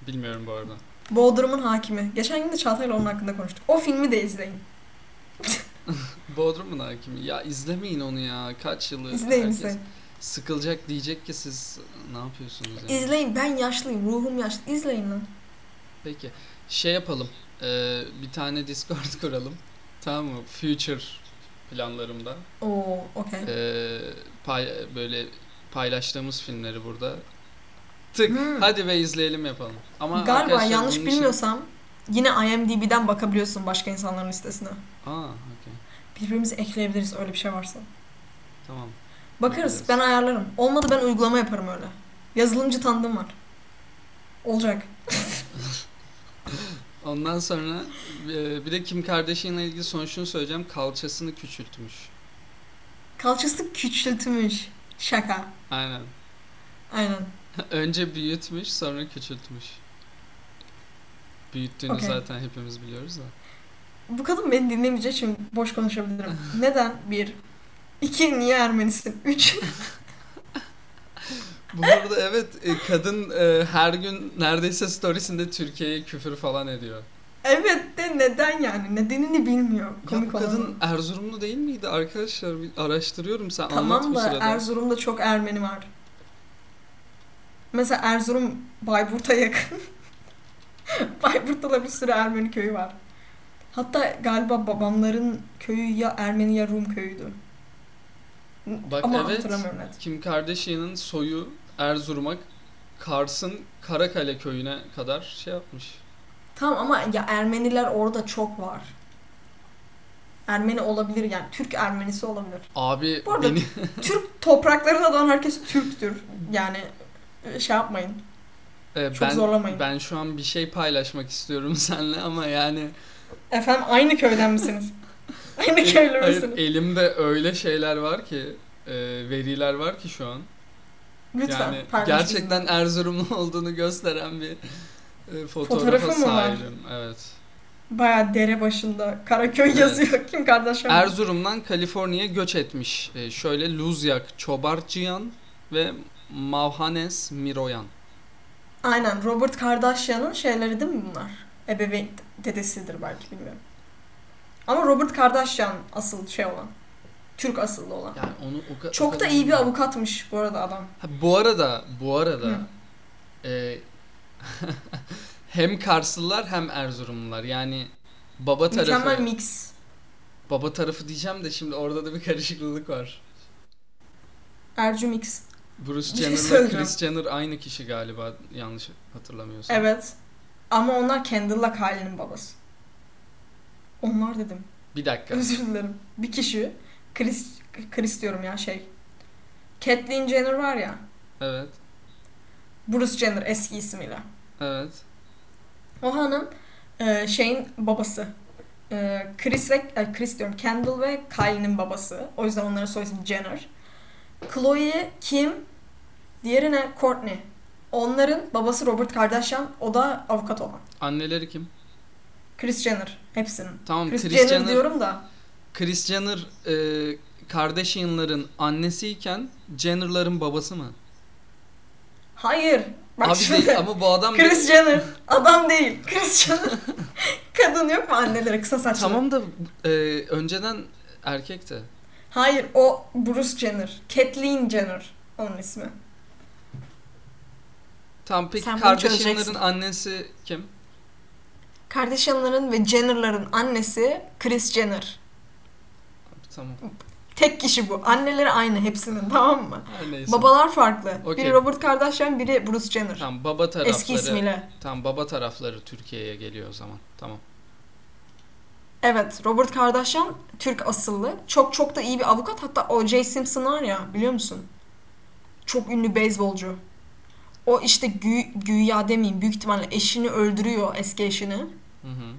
[SPEAKER 1] Bilmiyorum bu arada.
[SPEAKER 2] Bodrum'un hakimi. Geçen gün de Çağatay'la onun hakkında konuştuk. O filmi de izleyin.
[SPEAKER 1] Bodrum'un hakimi. Ya izlemeyin onu ya. Kaç yılı.
[SPEAKER 2] İzleyin
[SPEAKER 1] herkes
[SPEAKER 2] izleyin.
[SPEAKER 1] Sıkılacak diyecek ki siz ne yapıyorsunuz yani.
[SPEAKER 2] İzleyin ben yaşlıyım. Ruhum yaşlı. İzleyin lan.
[SPEAKER 1] Peki. Şey yapalım. Ee, bir tane Discord kuralım. Tamam mı? Future planlarımda.
[SPEAKER 2] Oo okey.
[SPEAKER 1] Ee, pay- böyle paylaştığımız filmleri burada. Tık.
[SPEAKER 2] Hmm.
[SPEAKER 1] Hadi ve izleyelim yapalım. Ama
[SPEAKER 2] Galiba
[SPEAKER 1] arkadaşlar
[SPEAKER 2] yanlış
[SPEAKER 1] bunun için-
[SPEAKER 2] bilmiyorsam yine IMDB'den bakabiliyorsun başka insanların listesine.
[SPEAKER 1] Aa, okey.
[SPEAKER 2] Birbirimizi ekleyebiliriz öyle bir şey varsa.
[SPEAKER 1] Tamam.
[SPEAKER 2] Bakarız
[SPEAKER 1] Bakarız.
[SPEAKER 2] ben ayarlarım. Olmadı ben uygulama yaparım öyle. Yazılımcı tanıdığım var. Olacak.
[SPEAKER 1] Ondan sonra e, bir de Kim Kardashian'la ilgili son şunu söyleyeceğim. Kalçasını küçültmüş.
[SPEAKER 2] Kalçası küçültmüş. Şaka.
[SPEAKER 1] Aynen.
[SPEAKER 2] Aynen.
[SPEAKER 1] Önce büyütmüş sonra küçültmüş. Büyüttüğünü
[SPEAKER 2] Okey.
[SPEAKER 1] zaten hepimiz biliyoruz da.
[SPEAKER 2] Bu kadın beni dinlemeyecek şimdi boş konuşabilirim. Neden? Bir. İki. Niye Ermenisin? Üç.
[SPEAKER 1] Bu arada evet e, kadın e, her gün neredeyse storiesinde Türkiye'ye küfür falan ediyor.
[SPEAKER 2] Evet de neden yani? Nedenini bilmiyor.
[SPEAKER 1] Ya bu
[SPEAKER 2] Komik olan.
[SPEAKER 1] kadın Erzurumlu değil miydi arkadaşlar? Bir araştırıyorum sen anlat
[SPEAKER 2] Tamam
[SPEAKER 1] bu
[SPEAKER 2] da
[SPEAKER 1] sırada.
[SPEAKER 2] Erzurum'da çok Ermeni var. Mesela Erzurum Bayburt'a yakın. Bayburt'ta da bir sürü Ermeni köyü var. Hatta galiba babamların köyü ya Ermeni ya Rum köyüydü.
[SPEAKER 1] Bak
[SPEAKER 2] Ama
[SPEAKER 1] evet
[SPEAKER 2] hatırlamıyorum net.
[SPEAKER 1] Kim Kardashian'ın soyu Erzurum'a Kars'ın Karakale köyüne kadar şey yapmış.
[SPEAKER 2] Tamam ama ya Ermeniler orada çok var. Ermeni olabilir yani Türk Ermenisi olabilir.
[SPEAKER 1] Abi
[SPEAKER 2] Bu arada-
[SPEAKER 1] beni
[SPEAKER 2] Türk topraklarına doğan herkes Türktür. Yani e, şey yapmayın.
[SPEAKER 1] e,
[SPEAKER 2] Çok
[SPEAKER 1] ben
[SPEAKER 2] zorlamayın.
[SPEAKER 1] ben şu an bir şey paylaşmak istiyorum seninle ama yani
[SPEAKER 2] Efendim aynı köyden misiniz? aynı köylü
[SPEAKER 1] hayır, e,
[SPEAKER 2] müsünüz?
[SPEAKER 1] elimde öyle şeyler var ki e, veriler var ki şu an.
[SPEAKER 2] Lütfen
[SPEAKER 1] yani
[SPEAKER 2] paylaşın
[SPEAKER 1] gerçekten Erzurumlu olduğunu gösteren bir e, fotoğrafa
[SPEAKER 2] Fotoğrafı mı var?
[SPEAKER 1] sahibim. Evet.
[SPEAKER 2] bizimle. Bayağı dere başında Karaköy
[SPEAKER 1] Evet.
[SPEAKER 2] yazıyor Kim Kardashian.
[SPEAKER 1] Erzurum'dan Kaliforniya'ya göç etmiş. E, şöyle Luzyak Çobarcıyan ve Mavhanes Miroyan.
[SPEAKER 2] Aynen Robert Kardashian'ın şeyleri değil mi bunlar? Ebeveyn dedesidir belki bilmiyorum. Ama Robert Kardashian asıl şey olan. Türk asıllı olan.
[SPEAKER 1] Yani onu o ka- o
[SPEAKER 2] Çok da
[SPEAKER 1] kadar-
[SPEAKER 2] iyi bir avukatmış bu arada adam.
[SPEAKER 1] Ha, bu arada, bu arada e, hem Karslılar hem Erzurumlular. Yani baba tarafı
[SPEAKER 2] Mükemmel mix.
[SPEAKER 1] baba tarafı diyeceğim de şimdi orada da bir karışıklık var.
[SPEAKER 2] Ercü mix.
[SPEAKER 1] Bruce
[SPEAKER 2] Bir şey
[SPEAKER 1] Jenner'la
[SPEAKER 2] söyleyeceğim.
[SPEAKER 1] Chris Jenner aynı kişi galiba yanlış hatırlamıyorsam.
[SPEAKER 2] Evet. Ama onlar Kendall'la Kylie'nin babası. Onlar dedim.
[SPEAKER 1] Bir dakika.
[SPEAKER 2] Özür dilerim. Bir kişi Chris, Chris diyorum ya şey. Caitlyn Jenner var ya.
[SPEAKER 1] Evet.
[SPEAKER 2] Bruce Jenner eski ismiyle.
[SPEAKER 1] Evet.
[SPEAKER 2] O hanım e, şeyin babası. E, Chris ve e, Chris diyorum Kendall ve Kylie'nin babası. O yüzden onların soy ismi Jenner. Chloe, Kim, diğeri ne? Courtney. Onların babası Robert Kardashian, o da avukat olan.
[SPEAKER 1] Anneleri kim?
[SPEAKER 2] Chris Jenner hepsinin.
[SPEAKER 1] Tamam
[SPEAKER 2] Chris,
[SPEAKER 1] Chris,
[SPEAKER 2] Jenner,
[SPEAKER 1] Jenner
[SPEAKER 2] diyorum da.
[SPEAKER 1] Kris Jenner e, Kardashian'ların annesiyken Jenner'ların babası mı?
[SPEAKER 2] Hayır. Bak
[SPEAKER 1] Abi
[SPEAKER 2] şimdi.
[SPEAKER 1] değil ama bu adam
[SPEAKER 2] Chris Jenner. Adam değil. Chris Jenner. Kadın yok mu anneleri kısa saçlı?
[SPEAKER 1] Tamam da e, önceden erkekti.
[SPEAKER 2] Hayır o Bruce Jenner. Kathleen Jenner onun ismi.
[SPEAKER 1] Tamam peki
[SPEAKER 2] Sen bunu
[SPEAKER 1] Kardashian'ların
[SPEAKER 2] çözeceksin.
[SPEAKER 1] annesi kim?
[SPEAKER 2] Kardashian'ların ve Jenner'ların annesi Chris Jenner.
[SPEAKER 1] Tamam.
[SPEAKER 2] Tek kişi bu. Anneleri aynı hepsinin tamam mı?
[SPEAKER 1] Her neyse.
[SPEAKER 2] Babalar farklı.
[SPEAKER 1] Okey.
[SPEAKER 2] Biri Robert Kardashian, biri Bruce Jenner.
[SPEAKER 1] Tamam baba tarafları.
[SPEAKER 2] Eski ismiyle.
[SPEAKER 1] Tamam baba tarafları Türkiye'ye geliyor o zaman. Tamam.
[SPEAKER 2] Evet, Robert Kardashian Türk asıllı. Çok çok da iyi bir avukat. Hatta O.J. Simpson var ya, biliyor musun? Çok ünlü beyzbolcu. O işte gü güya demeyeyim, büyük ihtimalle eşini öldürüyor, eski eşini.
[SPEAKER 1] Hı hı.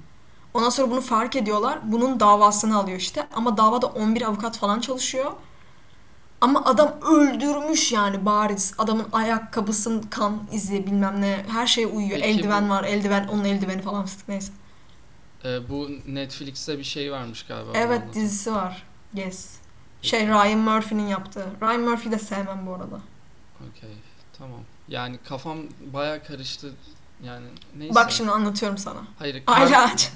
[SPEAKER 2] Ondan sonra bunu fark ediyorlar. Bunun davasını alıyor işte. Ama davada 11 avukat falan çalışıyor. Ama adam öldürmüş yani bariz. Adamın ayakkabısının kan izi bilmem ne her şeye uyuyor.
[SPEAKER 1] Peki
[SPEAKER 2] eldiven
[SPEAKER 1] bu-
[SPEAKER 2] var, eldiven, onun eldiveni falan fıstık neyse.
[SPEAKER 1] E, bu Netflix'te bir şey varmış galiba.
[SPEAKER 2] Evet
[SPEAKER 1] onunla.
[SPEAKER 2] dizisi var. Yes. Şey Ryan Murphy'nin yaptığı. Ryan Murphy'yi de sevmem bu arada.
[SPEAKER 1] Okey. Tamam. Yani kafam baya karıştı. Yani neyse.
[SPEAKER 2] Bak şimdi anlatıyorum sana.
[SPEAKER 1] Hayır. Kar-
[SPEAKER 2] Aile ağacı.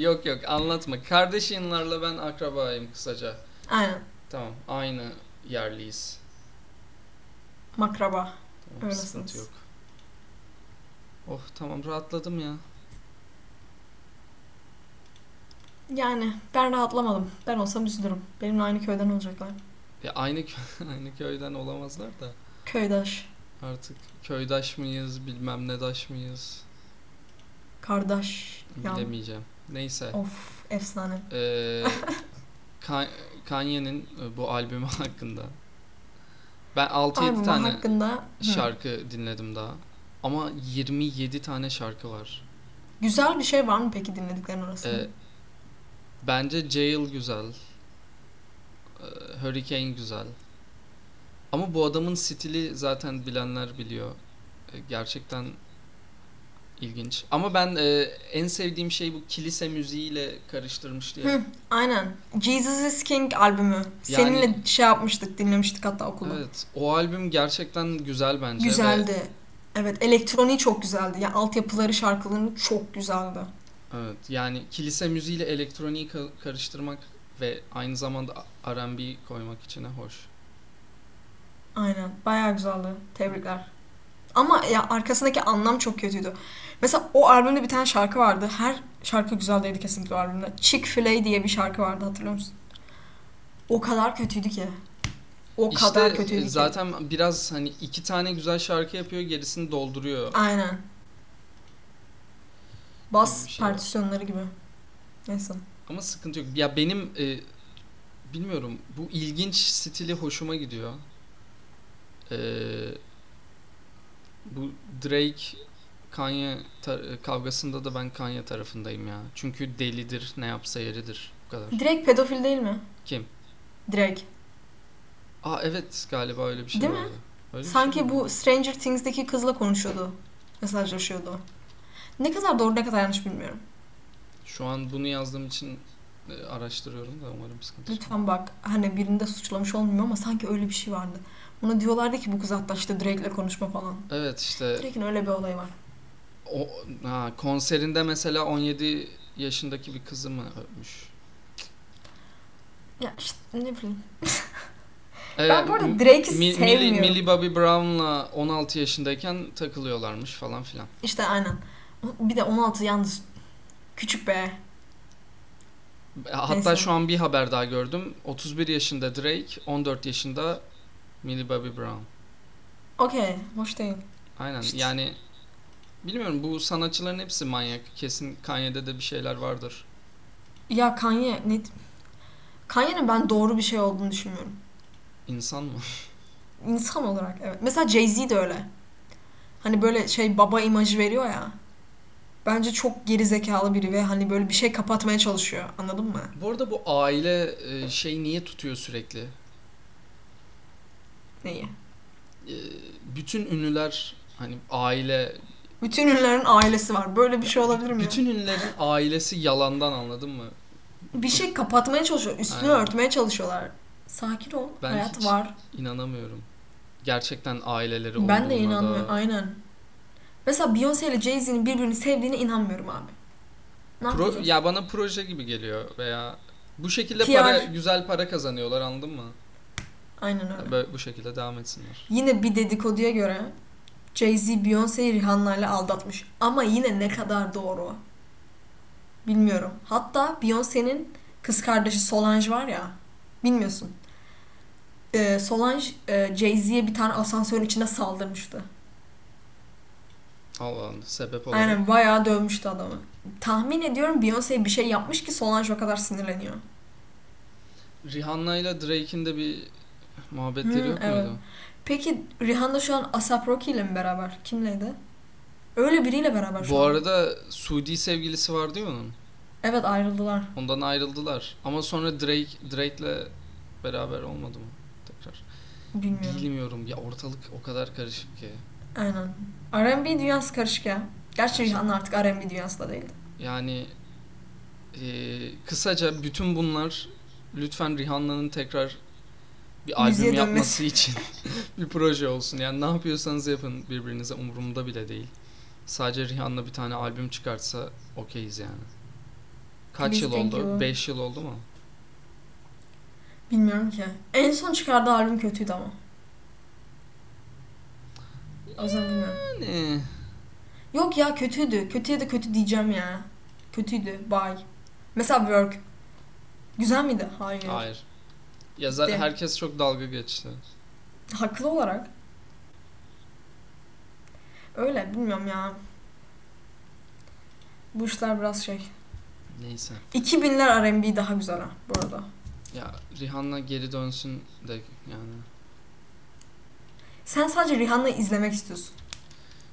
[SPEAKER 1] yok yok anlatma. Kardeşinlerle ben akrabayım kısaca.
[SPEAKER 2] Aynen.
[SPEAKER 1] Tamam aynı yerliyiz.
[SPEAKER 2] Makraba.
[SPEAKER 1] Tamam,
[SPEAKER 2] Öylesiniz.
[SPEAKER 1] sıkıntı yok. Oh tamam rahatladım ya.
[SPEAKER 2] Yani ben rahatlamadım. Ben olsam üzülürüm. Benimle aynı köyden olacaklar.
[SPEAKER 1] Ya aynı kö- aynı köyden olamazlar da
[SPEAKER 2] Köydaş.
[SPEAKER 1] artık köydaş mıyız bilmem ne daş mıyız
[SPEAKER 2] Kardeş. Ya.
[SPEAKER 1] bilemeyeceğim. Neyse.
[SPEAKER 2] Of efsane.
[SPEAKER 1] Ee, Ka- Kanye'nin e, bu albümü hakkında ben 6-7
[SPEAKER 2] Albüm
[SPEAKER 1] tane
[SPEAKER 2] hakkında hı,
[SPEAKER 1] şarkı dinledim daha. Ama 27 tane şarkı var.
[SPEAKER 2] güzel bir şey var mı peki dinlediklerin arasında?
[SPEAKER 1] Ee, bence Jail güzel. Ee, Hurricane güzel. Ama bu adamın stili zaten bilenler biliyor. Ee, gerçekten E, ilginç. Ama ben e, en sevdiğim şey bu kilise müziğiyle karıştırmıştı ya.
[SPEAKER 2] Hı, aynen. Jesus is King albümü. Seninle şey yapmıştık, dinlemiştik hatta okulda.
[SPEAKER 1] Evet. O albüm gerçekten güzel bence. ve
[SPEAKER 2] Güzeldi. Evet, elektroniği çok güzeldi. Ya altyapıları şarkılarının çok güzeldi.
[SPEAKER 1] Evet yani kilise müziğiyle elektroniği ka- karıştırmak ve aynı zamanda R&B koymak içine hoş.
[SPEAKER 2] Aynen. Bayağı güzeldi. Tebrikler. Ama ya arkasındaki anlam çok kötüydü. Mesela o albümde bir tane şarkı vardı. Her şarkı güzeldeydi kesinlikle o albümde. Chick-fil-A diye bir şarkı vardı hatırlıyor musun? O kadar kötüydü ki. O kadar
[SPEAKER 1] işte
[SPEAKER 2] kötüydü
[SPEAKER 1] e,
[SPEAKER 2] ki.
[SPEAKER 1] zaten biraz hani iki tane güzel şarkı yapıyor gerisini dolduruyor.
[SPEAKER 2] Aynen. Bas
[SPEAKER 1] Bir şey var.
[SPEAKER 2] partisyonları gibi. Neyse.
[SPEAKER 1] Ama sıkıntı yok. Ya benim e, bilmiyorum bu ilginç stili hoşuma gidiyor. E, bu Drake Kanye tar- e, kavgasında da ben Kanye tarafındayım ya. Çünkü delidir, ne yapsa yeridir. Bu kadar.
[SPEAKER 2] Direkt pedofil değil mi?
[SPEAKER 1] Kim?
[SPEAKER 2] Direkt.
[SPEAKER 1] Aa evet galiba öyle bir şey
[SPEAKER 2] Değil mi?
[SPEAKER 1] vardı. Öyle bir şey
[SPEAKER 2] Sanki
[SPEAKER 1] mi?
[SPEAKER 2] bu Stranger Things'deki kızla konuşuyordu. Mesajlaşıyordu. Ne kadar doğru ne kadar yanlış bilmiyorum.
[SPEAKER 1] Şu an bunu yazdığım için e, araştırıyorum da umarım sıkıntı çıkmaz.
[SPEAKER 2] Lütfen bak hani birini de suçlamış olmuyor ama sanki öyle bir şey vardı. Ona diyorlardı ki bu kız hatta işte Drake'le konuşma falan.
[SPEAKER 1] Evet işte
[SPEAKER 2] Drake'in öyle bir olayı var.
[SPEAKER 1] o ha, konserinde mesela 17 yaşındaki bir kızı mı öpmüş?
[SPEAKER 2] Ya işte ne bileyim.
[SPEAKER 1] Evet,
[SPEAKER 2] ben bu arada Drake'i
[SPEAKER 1] Mi- Millie,
[SPEAKER 2] sevmiyorum.
[SPEAKER 1] Millie Bobby Brown'la 16 yaşındayken takılıyorlarmış falan filan.
[SPEAKER 2] İşte aynen. Bir de 16 yalnız küçük be.
[SPEAKER 1] E, Hatta
[SPEAKER 2] Neyse.
[SPEAKER 1] şu an bir haber daha gördüm. 31 yaşında Drake, 14 yaşında Millie Bobby Brown.
[SPEAKER 2] Okey. Hoş değil.
[SPEAKER 1] Aynen
[SPEAKER 2] İşte.
[SPEAKER 1] yani bilmiyorum bu sanatçıların hepsi manyak. Kesin Kanye'de de bir şeyler vardır.
[SPEAKER 2] Ya Kanye ne... Kanye'nin ben doğru bir şey olduğunu düşünmüyorum.
[SPEAKER 1] İnsan mı?
[SPEAKER 2] İnsan olarak evet. Mesela Jay-Z de öyle. Hani böyle şey baba imajı veriyor ya. Bence çok geri zekalı biri ve hani böyle bir şey kapatmaya çalışıyor. Anladın mı?
[SPEAKER 1] Bu arada bu aile e, şey niye tutuyor sürekli?
[SPEAKER 2] Neyi?
[SPEAKER 1] E, Bütün ünlüler hani aile,
[SPEAKER 2] Bütün ünlülerin ailesi var. Böyle bir şey olabilir mi? ya?
[SPEAKER 1] bütün ünlülerin ailesi yalandan anladın mı?
[SPEAKER 2] Bir şey kapatmaya çalışıyor. Üstünü
[SPEAKER 1] Aynen.
[SPEAKER 2] örtmeye çalışıyorlar. Sakin ol.
[SPEAKER 1] Ben
[SPEAKER 2] Hayat
[SPEAKER 1] hiç
[SPEAKER 2] var.
[SPEAKER 1] İnanamıyorum. Gerçekten aileleri olduğuna
[SPEAKER 2] Ben de inanmıyorum.
[SPEAKER 1] da-
[SPEAKER 2] Aynen. Mesela Beyoncé ile Jay-Z'nin birbirini sevdiğine inanmıyorum abi. Ne
[SPEAKER 1] Pro-
[SPEAKER 2] yapacağız?
[SPEAKER 1] ya bana proje gibi geliyor veya bu şekilde
[SPEAKER 2] PR.
[SPEAKER 1] para güzel para kazanıyorlar anladın mı?
[SPEAKER 2] Aynen öyle.
[SPEAKER 1] Ya Böyle bu şekilde devam etsinler.
[SPEAKER 2] Yine bir dedikoduya göre Jay-Z Beyoncé'yi Rihanna ile aldatmış. Ama yine ne kadar doğru? Bilmiyorum. Hatta Beyoncé'nin kız kardeşi Solange var ya. Bilmiyorsun. Ee, Solange e, Jay-Z'ye bir tane asansörün içinde saldırmıştı.
[SPEAKER 1] Allah Allah sebep olarak.
[SPEAKER 2] Aynen bayağı dövmüştü adamı. Tahmin ediyorum Beyoncé bir şey yapmış ki Solange o kadar sinirleniyor.
[SPEAKER 1] Rihanna ile Drake'in de bir muhabbetleri
[SPEAKER 2] Hı,
[SPEAKER 1] yok
[SPEAKER 2] evet.
[SPEAKER 1] muydu?
[SPEAKER 2] Peki Rihanna şu an Asap Rocky ile mi beraber? Kimleydi? Öyle biriyle beraber şu
[SPEAKER 1] Bu
[SPEAKER 2] an.
[SPEAKER 1] arada Suudi sevgilisi vardı ya onun.
[SPEAKER 2] Evet ayrıldılar.
[SPEAKER 1] Ondan ayrıldılar. Ama sonra Drake Drake'le beraber olmadı mı? Tekrar.
[SPEAKER 2] Bilmiyorum.
[SPEAKER 1] Bilmiyorum. Ya ortalık o kadar karışık ki.
[SPEAKER 2] Aynen. R&B dünyası karışık ya. Gerçi
[SPEAKER 1] Gerçekten.
[SPEAKER 2] Rihanna artık R&B dünyası da değil.
[SPEAKER 1] Yani e, kısaca bütün bunlar lütfen Rihanna'nın tekrar bir albüm
[SPEAKER 2] Müziğe dönmesi.
[SPEAKER 1] yapması için bir proje olsun. Yani ne yapıyorsanız yapın birbirinize umurumda bile değil. Sadece Rihanna bir tane albüm çıkartsa okeyiz yani. Kaç
[SPEAKER 2] Please,
[SPEAKER 1] yıl
[SPEAKER 2] thank
[SPEAKER 1] oldu?
[SPEAKER 2] you.
[SPEAKER 1] 5 yıl oldu mu?
[SPEAKER 2] Bilmiyorum ki. En son çıkardığı albüm kötüydü ama. O yüzden bilmiyorum.
[SPEAKER 1] Yani
[SPEAKER 2] Yok ya kötüydü. Kötüye de kötü diyeceğim ya. Kötüydü. Bye. Mesela Work. Güzel miydi? Hayır.
[SPEAKER 1] hayır. Ya zaten
[SPEAKER 2] Bitti.
[SPEAKER 1] herkes çok dalga geçti.
[SPEAKER 2] Haklı olarak. Öyle bilmiyorum ya. Bu işler biraz şey.
[SPEAKER 1] Neyse.
[SPEAKER 2] 2000'ler R&B daha güzel ha bu arada.
[SPEAKER 1] Ya Rihanna geri dönsün de yani.
[SPEAKER 2] Sen sadece Rihanna'yı izlemek istiyorsun.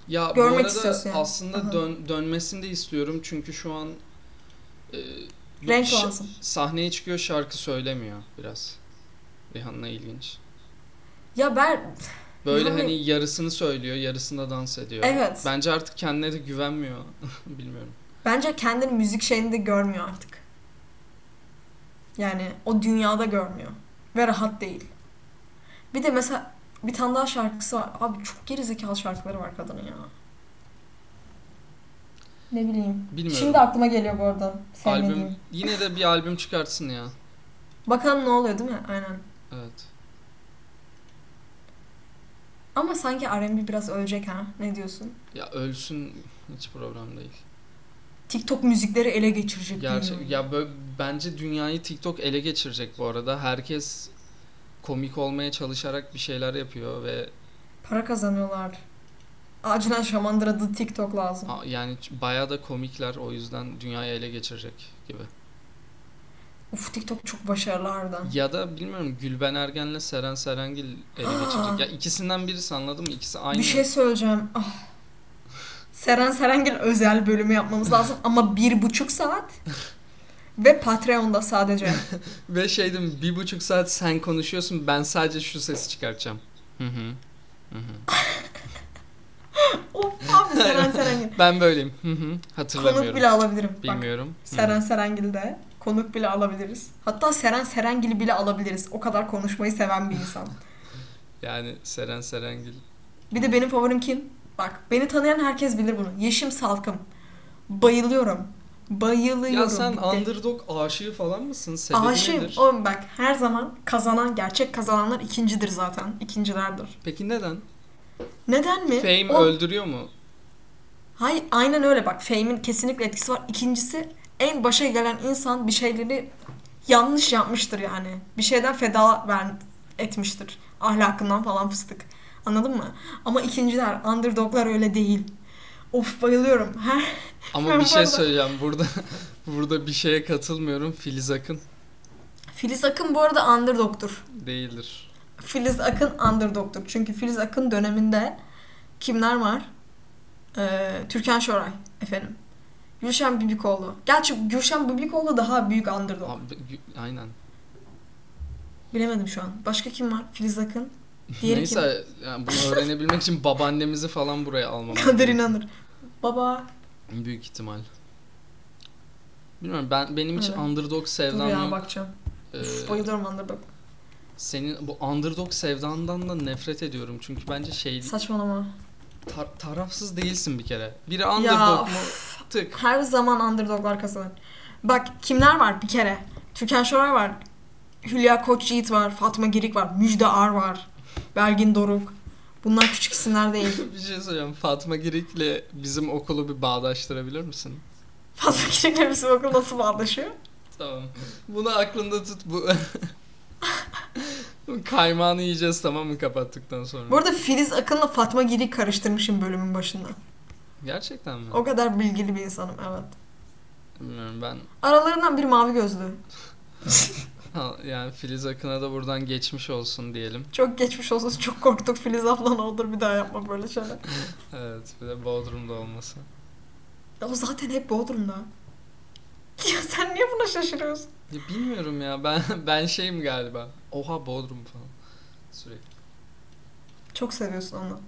[SPEAKER 1] Ya
[SPEAKER 2] Görmek
[SPEAKER 1] bu arada
[SPEAKER 2] istiyorsun yani.
[SPEAKER 1] aslında
[SPEAKER 2] Aha.
[SPEAKER 1] dön, dönmesini de istiyorum çünkü şu an e, bu
[SPEAKER 2] Renk
[SPEAKER 1] şa-
[SPEAKER 2] lazım.
[SPEAKER 1] sahneye çıkıyor şarkı söylemiyor biraz. Rihanna ilginç.
[SPEAKER 2] Ya ben
[SPEAKER 1] Böyle
[SPEAKER 2] Yani-
[SPEAKER 1] hani yarısını söylüyor, yarısında dans ediyor.
[SPEAKER 2] Evet.
[SPEAKER 1] Bence artık kendine de güvenmiyor. Bilmiyorum.
[SPEAKER 2] Bence kendini müzik şeyinde görmüyor artık. Yani o dünyada görmüyor. Ve rahat değil. Bir de mesela bir tane daha şarkısı var. Abi çok gerizekalı şarkıları var kadının ya. Ne bileyim.
[SPEAKER 1] Bilmiyorum.
[SPEAKER 2] Şimdi aklıma geliyor bu arada. Sevmediğim.
[SPEAKER 1] albüm yine de bir albüm çıkartsın ya.
[SPEAKER 2] Bakalım ne oluyor değil mi? Aynen.
[SPEAKER 1] Evet.
[SPEAKER 2] Ama sanki R&B biraz ölecek ha. Ne diyorsun?
[SPEAKER 1] Ya ölsün hiç problem değil.
[SPEAKER 2] TikTok müzikleri ele geçirecek.
[SPEAKER 1] Gerçek
[SPEAKER 2] bilmiyorum.
[SPEAKER 1] ya böyle bence dünyayı TikTok ele geçirecek bu arada. Herkes komik olmaya çalışarak bir şeyler yapıyor ve
[SPEAKER 2] Para kazanıyorlar. Acilen şamandıradı TikTok lazım.
[SPEAKER 1] a- yani ç- bayağı da komikler o yüzden dünyayı ele geçirecek gibi.
[SPEAKER 2] Uf TikTok çok başarılı harbiden.
[SPEAKER 1] Ya da bilmiyorum Gülben Ergen'le Seren Serengil ele geçirecek. Ya ikisinden birisi anladın mı? İkisi aynı.
[SPEAKER 2] Bir şey söyleyeceğim. Ah. Seren Serengil özel bölümü yapmamız lazım ama bir buçuk saat ve Patreon'da sadece.
[SPEAKER 1] Ve şeydim bir buçuk saat sen konuşuyorsun ben sadece şu sesi çıkartacağım. Hı hı. Hı hı.
[SPEAKER 2] of abi Seren Serengil.
[SPEAKER 1] Ben böyleyim. Hı hı.
[SPEAKER 2] Konuk
[SPEAKER 1] Hatırlamıyorum.
[SPEAKER 2] bile alabilirim. Bak
[SPEAKER 1] Bilmiyorum. Hmm. Hı.
[SPEAKER 2] Seren Serengil'de konuk bile alabiliriz. Hatta Seren Serengil'i bile alabiliriz. O kadar konuşmayı seven bir insan.
[SPEAKER 1] Yani Seren Serengil.
[SPEAKER 2] Bir de benim favorim kim? Bak beni tanıyan herkes bilir bunu. Yeşim Salkım. Bayılıyorum. Bayılıyorum.
[SPEAKER 1] Ya sen
[SPEAKER 2] Bitti.
[SPEAKER 1] underdog aşığı falan mısın? Sebebi
[SPEAKER 2] Aşığım.
[SPEAKER 1] nedir?
[SPEAKER 2] Oğlum bak her zaman kazanan, gerçek kazananlar ikincidir zaten. İkincilerdir.
[SPEAKER 1] Peki neden?
[SPEAKER 2] Neden mi?
[SPEAKER 1] Fame
[SPEAKER 2] O-
[SPEAKER 1] öldürüyor mu?
[SPEAKER 2] Hay, aynen öyle bak. Fame'in kesinlikle etkisi var. İkincisi en başa gelen insan bir şeyleri yanlış yapmıştır yani. Bir şeyden feda ver, etmiştir. Ahlakından falan fıstık. Anladın mı? Ama ikinciler, underdoglar öyle değil. Of bayılıyorum. Her
[SPEAKER 1] Ama
[SPEAKER 2] Ben
[SPEAKER 1] bir
[SPEAKER 2] bu
[SPEAKER 1] şey
[SPEAKER 2] arada-
[SPEAKER 1] söyleyeceğim. Burada burada bir şeye katılmıyorum. Filiz Akın
[SPEAKER 2] Filiz Akın bu arada underdog'tur.
[SPEAKER 1] değildir.
[SPEAKER 2] Filiz Akın underdog'tur. Çünkü Filiz Akın döneminde kimler var? Ee, Türkan Şoray efendim. Gülşen Bibikoğlu. Gerçi Gülşen Bibikoğlu daha büyük underdog.
[SPEAKER 1] Abi, gü- aynen.
[SPEAKER 2] Bilemedim şu an. Başka kim var? Filiz Akın. Diğeri
[SPEAKER 1] Neyse yani bunu öğrenebilmek için babaannemizi falan buraya almam.
[SPEAKER 2] kim? Kadir İnanır. Baba.
[SPEAKER 1] Büyük ihtimal. Bilmiyorum ben benim hiç
[SPEAKER 2] Evet.
[SPEAKER 1] underdog
[SPEAKER 2] Dur
[SPEAKER 1] sevdam
[SPEAKER 2] ya
[SPEAKER 1] yok.
[SPEAKER 2] bakacağım.
[SPEAKER 1] Ee,
[SPEAKER 2] Uf, bayılıyorum underdog.
[SPEAKER 1] senin bu underdog sevdandan da nefret ediyorum. Çünkü bence şey
[SPEAKER 2] Saçmalama.
[SPEAKER 1] tar- tarafsız değilsin bir kere. Biri underdog mu? Tık.
[SPEAKER 2] Her zaman underdoglar kazanır. Bak kimler var bir kere? Türkan Şoray var. Hülya Koçyiğit var. Fatma Girik var. Müjde Ar var. Belgin Doruk. Bunlar küçük isimler değil.
[SPEAKER 1] bir şey söyleyeceğim. Fatma Girik'le bizim okulu bir bağdaştırabilir misin?
[SPEAKER 2] Fatma Girik'le bizim okul nasıl bağdaşıyor?
[SPEAKER 1] Tamam. Bunu aklında tut bu. Bu Kaymağını yiyeceğiz tamam mı kapattıktan sonra?
[SPEAKER 2] Bu arada Filiz Akın'la Fatma Girik karıştırmışım bölümün başında.
[SPEAKER 1] Gerçekten mi?
[SPEAKER 2] O kadar bilgili bir insanım evet.
[SPEAKER 1] Bilmiyorum ben.
[SPEAKER 2] Aralarından bir mavi gözlü.
[SPEAKER 1] Ha, Yani Filiz Akın'a da buradan geçmiş olsun diyelim.
[SPEAKER 2] Çok geçmiş olsun çok korktuk Filiz abla ne olur bir daha yapma böyle şeyler.
[SPEAKER 1] Evet bir de Bodrum'da olması.
[SPEAKER 2] Ya o zaten hep Bodrum'da. Ya sen niye buna şaşırıyorsun?
[SPEAKER 1] Ya bilmiyorum ya ben ben şeyim galiba. Oha Bodrum falan. Sürekli.
[SPEAKER 2] Çok seviyorsun onu.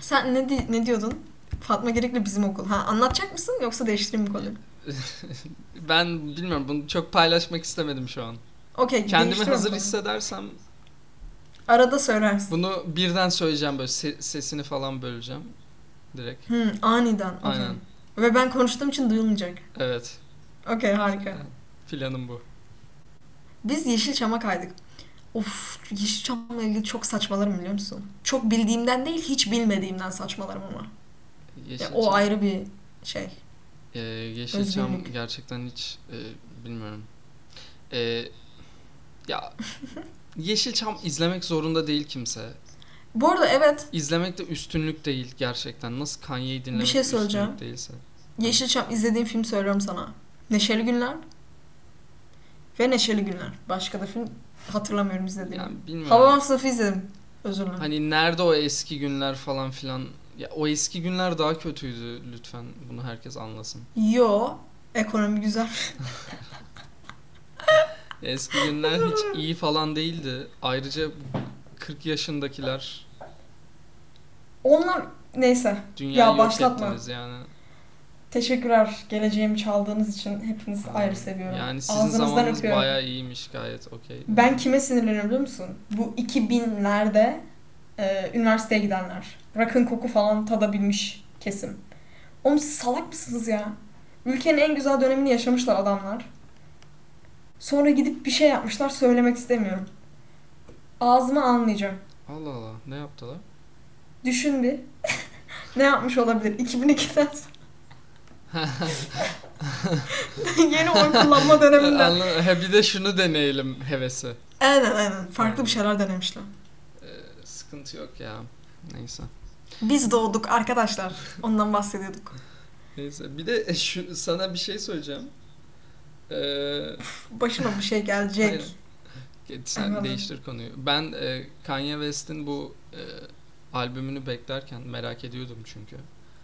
[SPEAKER 2] Sen ne, di- ne diyordun? Fatma Gerik'le bizim okul. Ha anlatacak mısın yoksa değiştireyim mi konuyu?
[SPEAKER 1] Ben bilmiyorum bunu çok paylaşmak istemedim şu an.
[SPEAKER 2] Okey
[SPEAKER 1] Kendimi
[SPEAKER 2] değiştiriyorum
[SPEAKER 1] hazır
[SPEAKER 2] konuyu.
[SPEAKER 1] hissedersem
[SPEAKER 2] Arada söylersin.
[SPEAKER 1] bunu birden söyleyeceğim böyle se- sesini falan böleceğim. Direkt.
[SPEAKER 2] Hı, aniden. okey.
[SPEAKER 1] Aynen.
[SPEAKER 2] Ve ben konuştuğum için duyulmayacak.
[SPEAKER 1] Evet.
[SPEAKER 2] Okey harika.
[SPEAKER 1] Planım bu.
[SPEAKER 2] Biz Yeşilçam'a kaydık. Of Yeşilçam'la ilgili çok saçmalarım biliyor musun? Çok bildiğimden değil hiç bilmediğimden saçmalarım ama. Ya,
[SPEAKER 1] Yeşilçam.
[SPEAKER 2] o ayrı bir şey.
[SPEAKER 1] Ee, Yeşilçam
[SPEAKER 2] Özgürlük.
[SPEAKER 1] gerçekten hiç e, bilmiyorum. Ee, ya Yeşilçam izlemek zorunda değil kimse.
[SPEAKER 2] Bu arada evet
[SPEAKER 1] İzlemek de üstünlük değil gerçekten. Nasıl Kanye'yi dinlemek
[SPEAKER 2] şey
[SPEAKER 1] de üstünlük
[SPEAKER 2] söyleyeceğim.
[SPEAKER 1] değilse.
[SPEAKER 2] Yeşilçam izlediğim film söylüyorum sana. Neşeli Günler ve Neşeli Günler. Başka da film hatırlamıyorum izlediğimi.
[SPEAKER 1] Yani bilmiyorum.
[SPEAKER 2] Hava Sınıfı izledim. Özür dilerim.
[SPEAKER 1] Hani nerede o eski günler falan filan. Ya o eski günler daha kötüydü lütfen. Bunu herkes anlasın.
[SPEAKER 2] Yo. Ekonomi güzel.
[SPEAKER 1] Eski günler hiç iyi falan değildi. Ayrıca 40 yaşındakiler
[SPEAKER 2] Onlar neyse.
[SPEAKER 1] dünyayı yok
[SPEAKER 2] başlatma.
[SPEAKER 1] ettiniz yani.
[SPEAKER 2] Teşekkürler geleceğimi çaldığınız için hepinizi ayrı seviyorum.
[SPEAKER 1] Yani sizin
[SPEAKER 2] Ağzınızdan
[SPEAKER 1] zamanınız
[SPEAKER 2] öpüyorum.
[SPEAKER 1] bayağı iyiymiş gayet okey.
[SPEAKER 2] Ben kime sinirleniyorum biliyor musun? Bu 2000'lerde e, üniversiteye gidenler. Rakın koku falan tadabilmiş kesim. Oğlum siz salak mısınız ya? Ülkenin en güzel dönemini yaşamışlar adamlar. Sonra gidip bir şey yapmışlar söylemek istemiyorum. Ağzıma almayacağım.
[SPEAKER 1] Allah Allah ne yaptılar?
[SPEAKER 2] Düşün bir. ne yapmış olabilir? 2002'den sonra. Yeni oy kullanma döneminden.
[SPEAKER 1] Anla- ha, bir de şunu deneyelim hevesi.
[SPEAKER 2] Aynen aynen. Farklı bir şeyler denemişler.
[SPEAKER 1] Ee, sıkıntı yok ya. Neyse.
[SPEAKER 2] Biz doğduk arkadaşlar. Ondan bahsediyorduk.
[SPEAKER 1] Neyse. Bir de şu, sana bir şey söyleyeceğim. Ee,
[SPEAKER 2] Başına bir şey gelecek.
[SPEAKER 1] Aynen. Geç, sen
[SPEAKER 2] Anladım.
[SPEAKER 1] değiştir konuyu. Ben e, Kanye West'in bu e, albümünü beklerken merak ediyordum çünkü.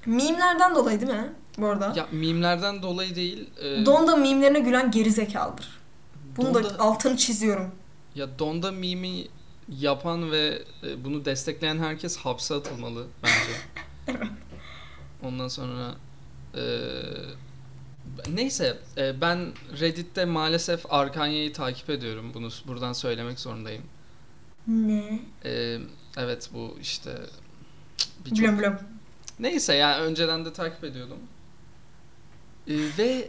[SPEAKER 2] Mimlerden dolayı değil mi? Bu arada.
[SPEAKER 1] Ya mimlerden dolayı değil. e,
[SPEAKER 2] Don da mimlerine gülen gerizekalıdır. Bunu da
[SPEAKER 1] Donda-
[SPEAKER 2] altını çiziyorum.
[SPEAKER 1] ya Donda mimi yapan ve e, bunu destekleyen herkes hapse atılmalı bence. Ondan sonra e, neyse e, ben Reddit'te maalesef Arkanye'yi takip ediyorum. Bunu buradan söylemek zorundayım.
[SPEAKER 2] Ne?
[SPEAKER 1] E, evet bu işte birçok
[SPEAKER 2] Blöm blöm.
[SPEAKER 1] Neyse ya önceden de takip ediyordum. Ee, ve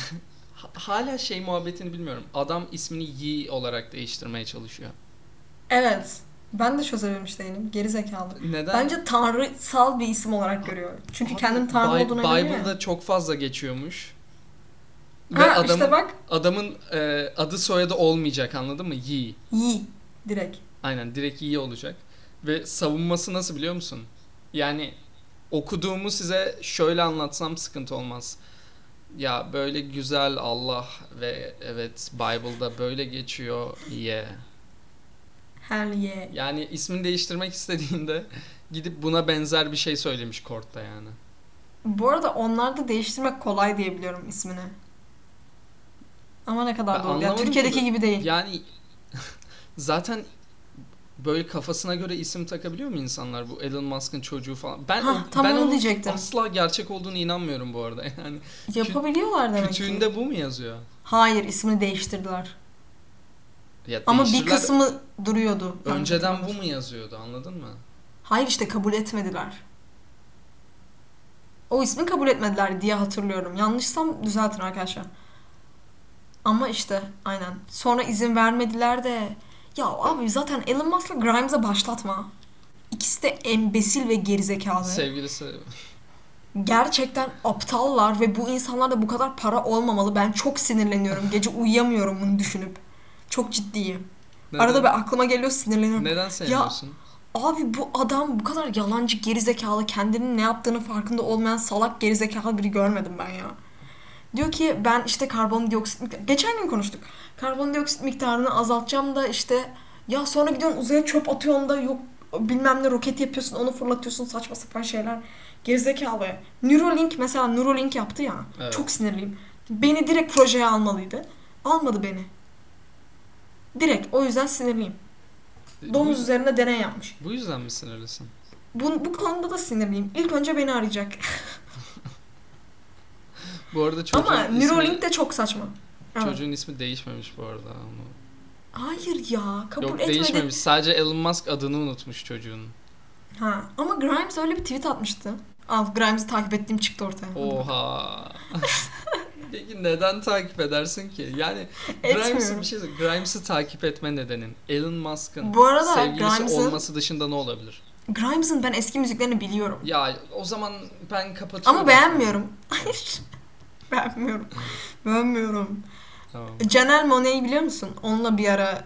[SPEAKER 1] ha- hala şey muhabbetini bilmiyorum. Adam ismini Yi olarak değiştirmeye çalışıyor.
[SPEAKER 2] Evet. Ben de çözememiş değilim. Gerizekalı.
[SPEAKER 1] Neden?
[SPEAKER 2] Bence tanrısal bir isim olarak görüyorum. Çünkü kendini tanrı
[SPEAKER 1] Bi-
[SPEAKER 2] olduğuna inanıyor.
[SPEAKER 1] Bible'da çok fazla geçiyormuş. Ve
[SPEAKER 2] ya. Ha
[SPEAKER 1] adamın,
[SPEAKER 2] işte bak.
[SPEAKER 1] adamın e, adı soyadı olmayacak anladın mı? Yi.
[SPEAKER 2] Yi. Direkt.
[SPEAKER 1] Aynen direkt iyi olacak. Ve savunması nasıl biliyor musun? Yani okuduğumu size şöyle anlatsam sıkıntı olmaz. Ya böyle güzel Allah ve evet Bible'da böyle geçiyor. Yeah.
[SPEAKER 2] Hell yeah.
[SPEAKER 1] Yani ismini değiştirmek istediğinde gidip buna benzer bir şey söylemiş Kort'ta yani.
[SPEAKER 2] Bu arada onlarda değiştirmek kolay diye biliyorum ismini. Ama ne kadar
[SPEAKER 1] Ben
[SPEAKER 2] doğru. Ya,
[SPEAKER 1] anlamadım
[SPEAKER 2] Türkiye'deki
[SPEAKER 1] ki.
[SPEAKER 2] gibi değil.
[SPEAKER 1] Yani zaten böyle kafasına göre isim takabiliyor mu insanlar bu Elon Musk'ın çocuğu falan? Ben
[SPEAKER 2] Hah, tam
[SPEAKER 1] ben
[SPEAKER 2] onu
[SPEAKER 1] onun
[SPEAKER 2] diyecektim.
[SPEAKER 1] asla gerçek olduğunu inanmıyorum bu arada. Yani
[SPEAKER 2] Yapabiliyorlar demek ki.
[SPEAKER 1] Kütüğünde bu mu yazıyor?
[SPEAKER 2] Hayır ismini değiştirdiler.
[SPEAKER 1] Ya
[SPEAKER 2] Ama bir
[SPEAKER 1] değiştirdiler.
[SPEAKER 2] kısmı duruyordu.
[SPEAKER 1] önceden bu mu yazıyordu anladın mı?
[SPEAKER 2] Hayır işte kabul etmediler. O ismi kabul etmediler diye hatırlıyorum. Yanlışsam düzeltin arkadaşlar. Ama işte aynen. Sonra izin vermediler de ya abi zaten Elon Musk'la Grimes'a başlatma. İkisi de embesil ve gerizekalı.
[SPEAKER 1] Şey, Sevgilisi
[SPEAKER 2] Gerçekten aptallar ve bu insanlarda bu kadar para olmamalı. Ben çok sinirleniyorum. Gece uyuyamıyorum bunu düşünüp. Çok ciddiyim.
[SPEAKER 1] neden,
[SPEAKER 2] Arada bir aklıma geliyor sinirleniyorum.
[SPEAKER 1] neden sevmiyorsun?
[SPEAKER 2] Abi bu adam bu kadar yalancı gerizekalı kendinin ne yaptığını farkında olmayan salak gerizekalı biri görmedim ben ya. Diyor ki ben işte karbondioksit miktarı... Geçen gün konuştuk. Karbondioksit miktarını azaltacağım da işte ya sonra gidiyorsun uzaya çöp atıyorsun da yok bilmem ne roket yapıyorsun onu fırlatıyorsun saçma sapan şeyler. Gerizekalı. Neuralink mesela Neuralink yaptı ya.
[SPEAKER 1] Evet.
[SPEAKER 2] Çok sinirliyim. Beni direkt projeye almalıydı. Almadı beni. Direkt. O yüzden sinirliyim. Domuz
[SPEAKER 1] E, Bu,
[SPEAKER 2] üzerinde deney yapmış.
[SPEAKER 1] bu yüzden mi sinirlisin?
[SPEAKER 2] Bu, bu konuda da sinirliyim. İlk önce beni arayacak.
[SPEAKER 1] Bu arada çocuğun,
[SPEAKER 2] Ama Neuralink
[SPEAKER 1] ismi,
[SPEAKER 2] de çok saçma. Evet.
[SPEAKER 1] çocuğun ismi değişmemiş bu arada. Onu.
[SPEAKER 2] Hayır ya kabul
[SPEAKER 1] Yok
[SPEAKER 2] etmedi.
[SPEAKER 1] değişmemiş. Sadece Elon Musk adını unutmuş çocuğun.
[SPEAKER 2] Ha. Ama Grimes öyle bir tweet atmıştı. Al Grimes'i takip ettiğim çıktı ortaya.
[SPEAKER 1] Oha. Peki neden takip edersin ki? Yani Grimes'i
[SPEAKER 2] Etmiyorum.
[SPEAKER 1] bir şey söyleyeyim. Grimes'i takip etme nedenin Elon Musk'ın
[SPEAKER 2] Bu arada
[SPEAKER 1] sevgilisi
[SPEAKER 2] Grimes'in-
[SPEAKER 1] olması dışında ne olabilir?
[SPEAKER 2] Grimes'in ben eski müziklerini biliyorum.
[SPEAKER 1] Ya o zaman ben kapatıyorum.
[SPEAKER 2] Ama beğenmiyorum. Hayır. beğenmiyorum. beğenmiyorum.
[SPEAKER 1] Tamam.
[SPEAKER 2] Janelle Monae'yi biliyor musun? Onunla bir ara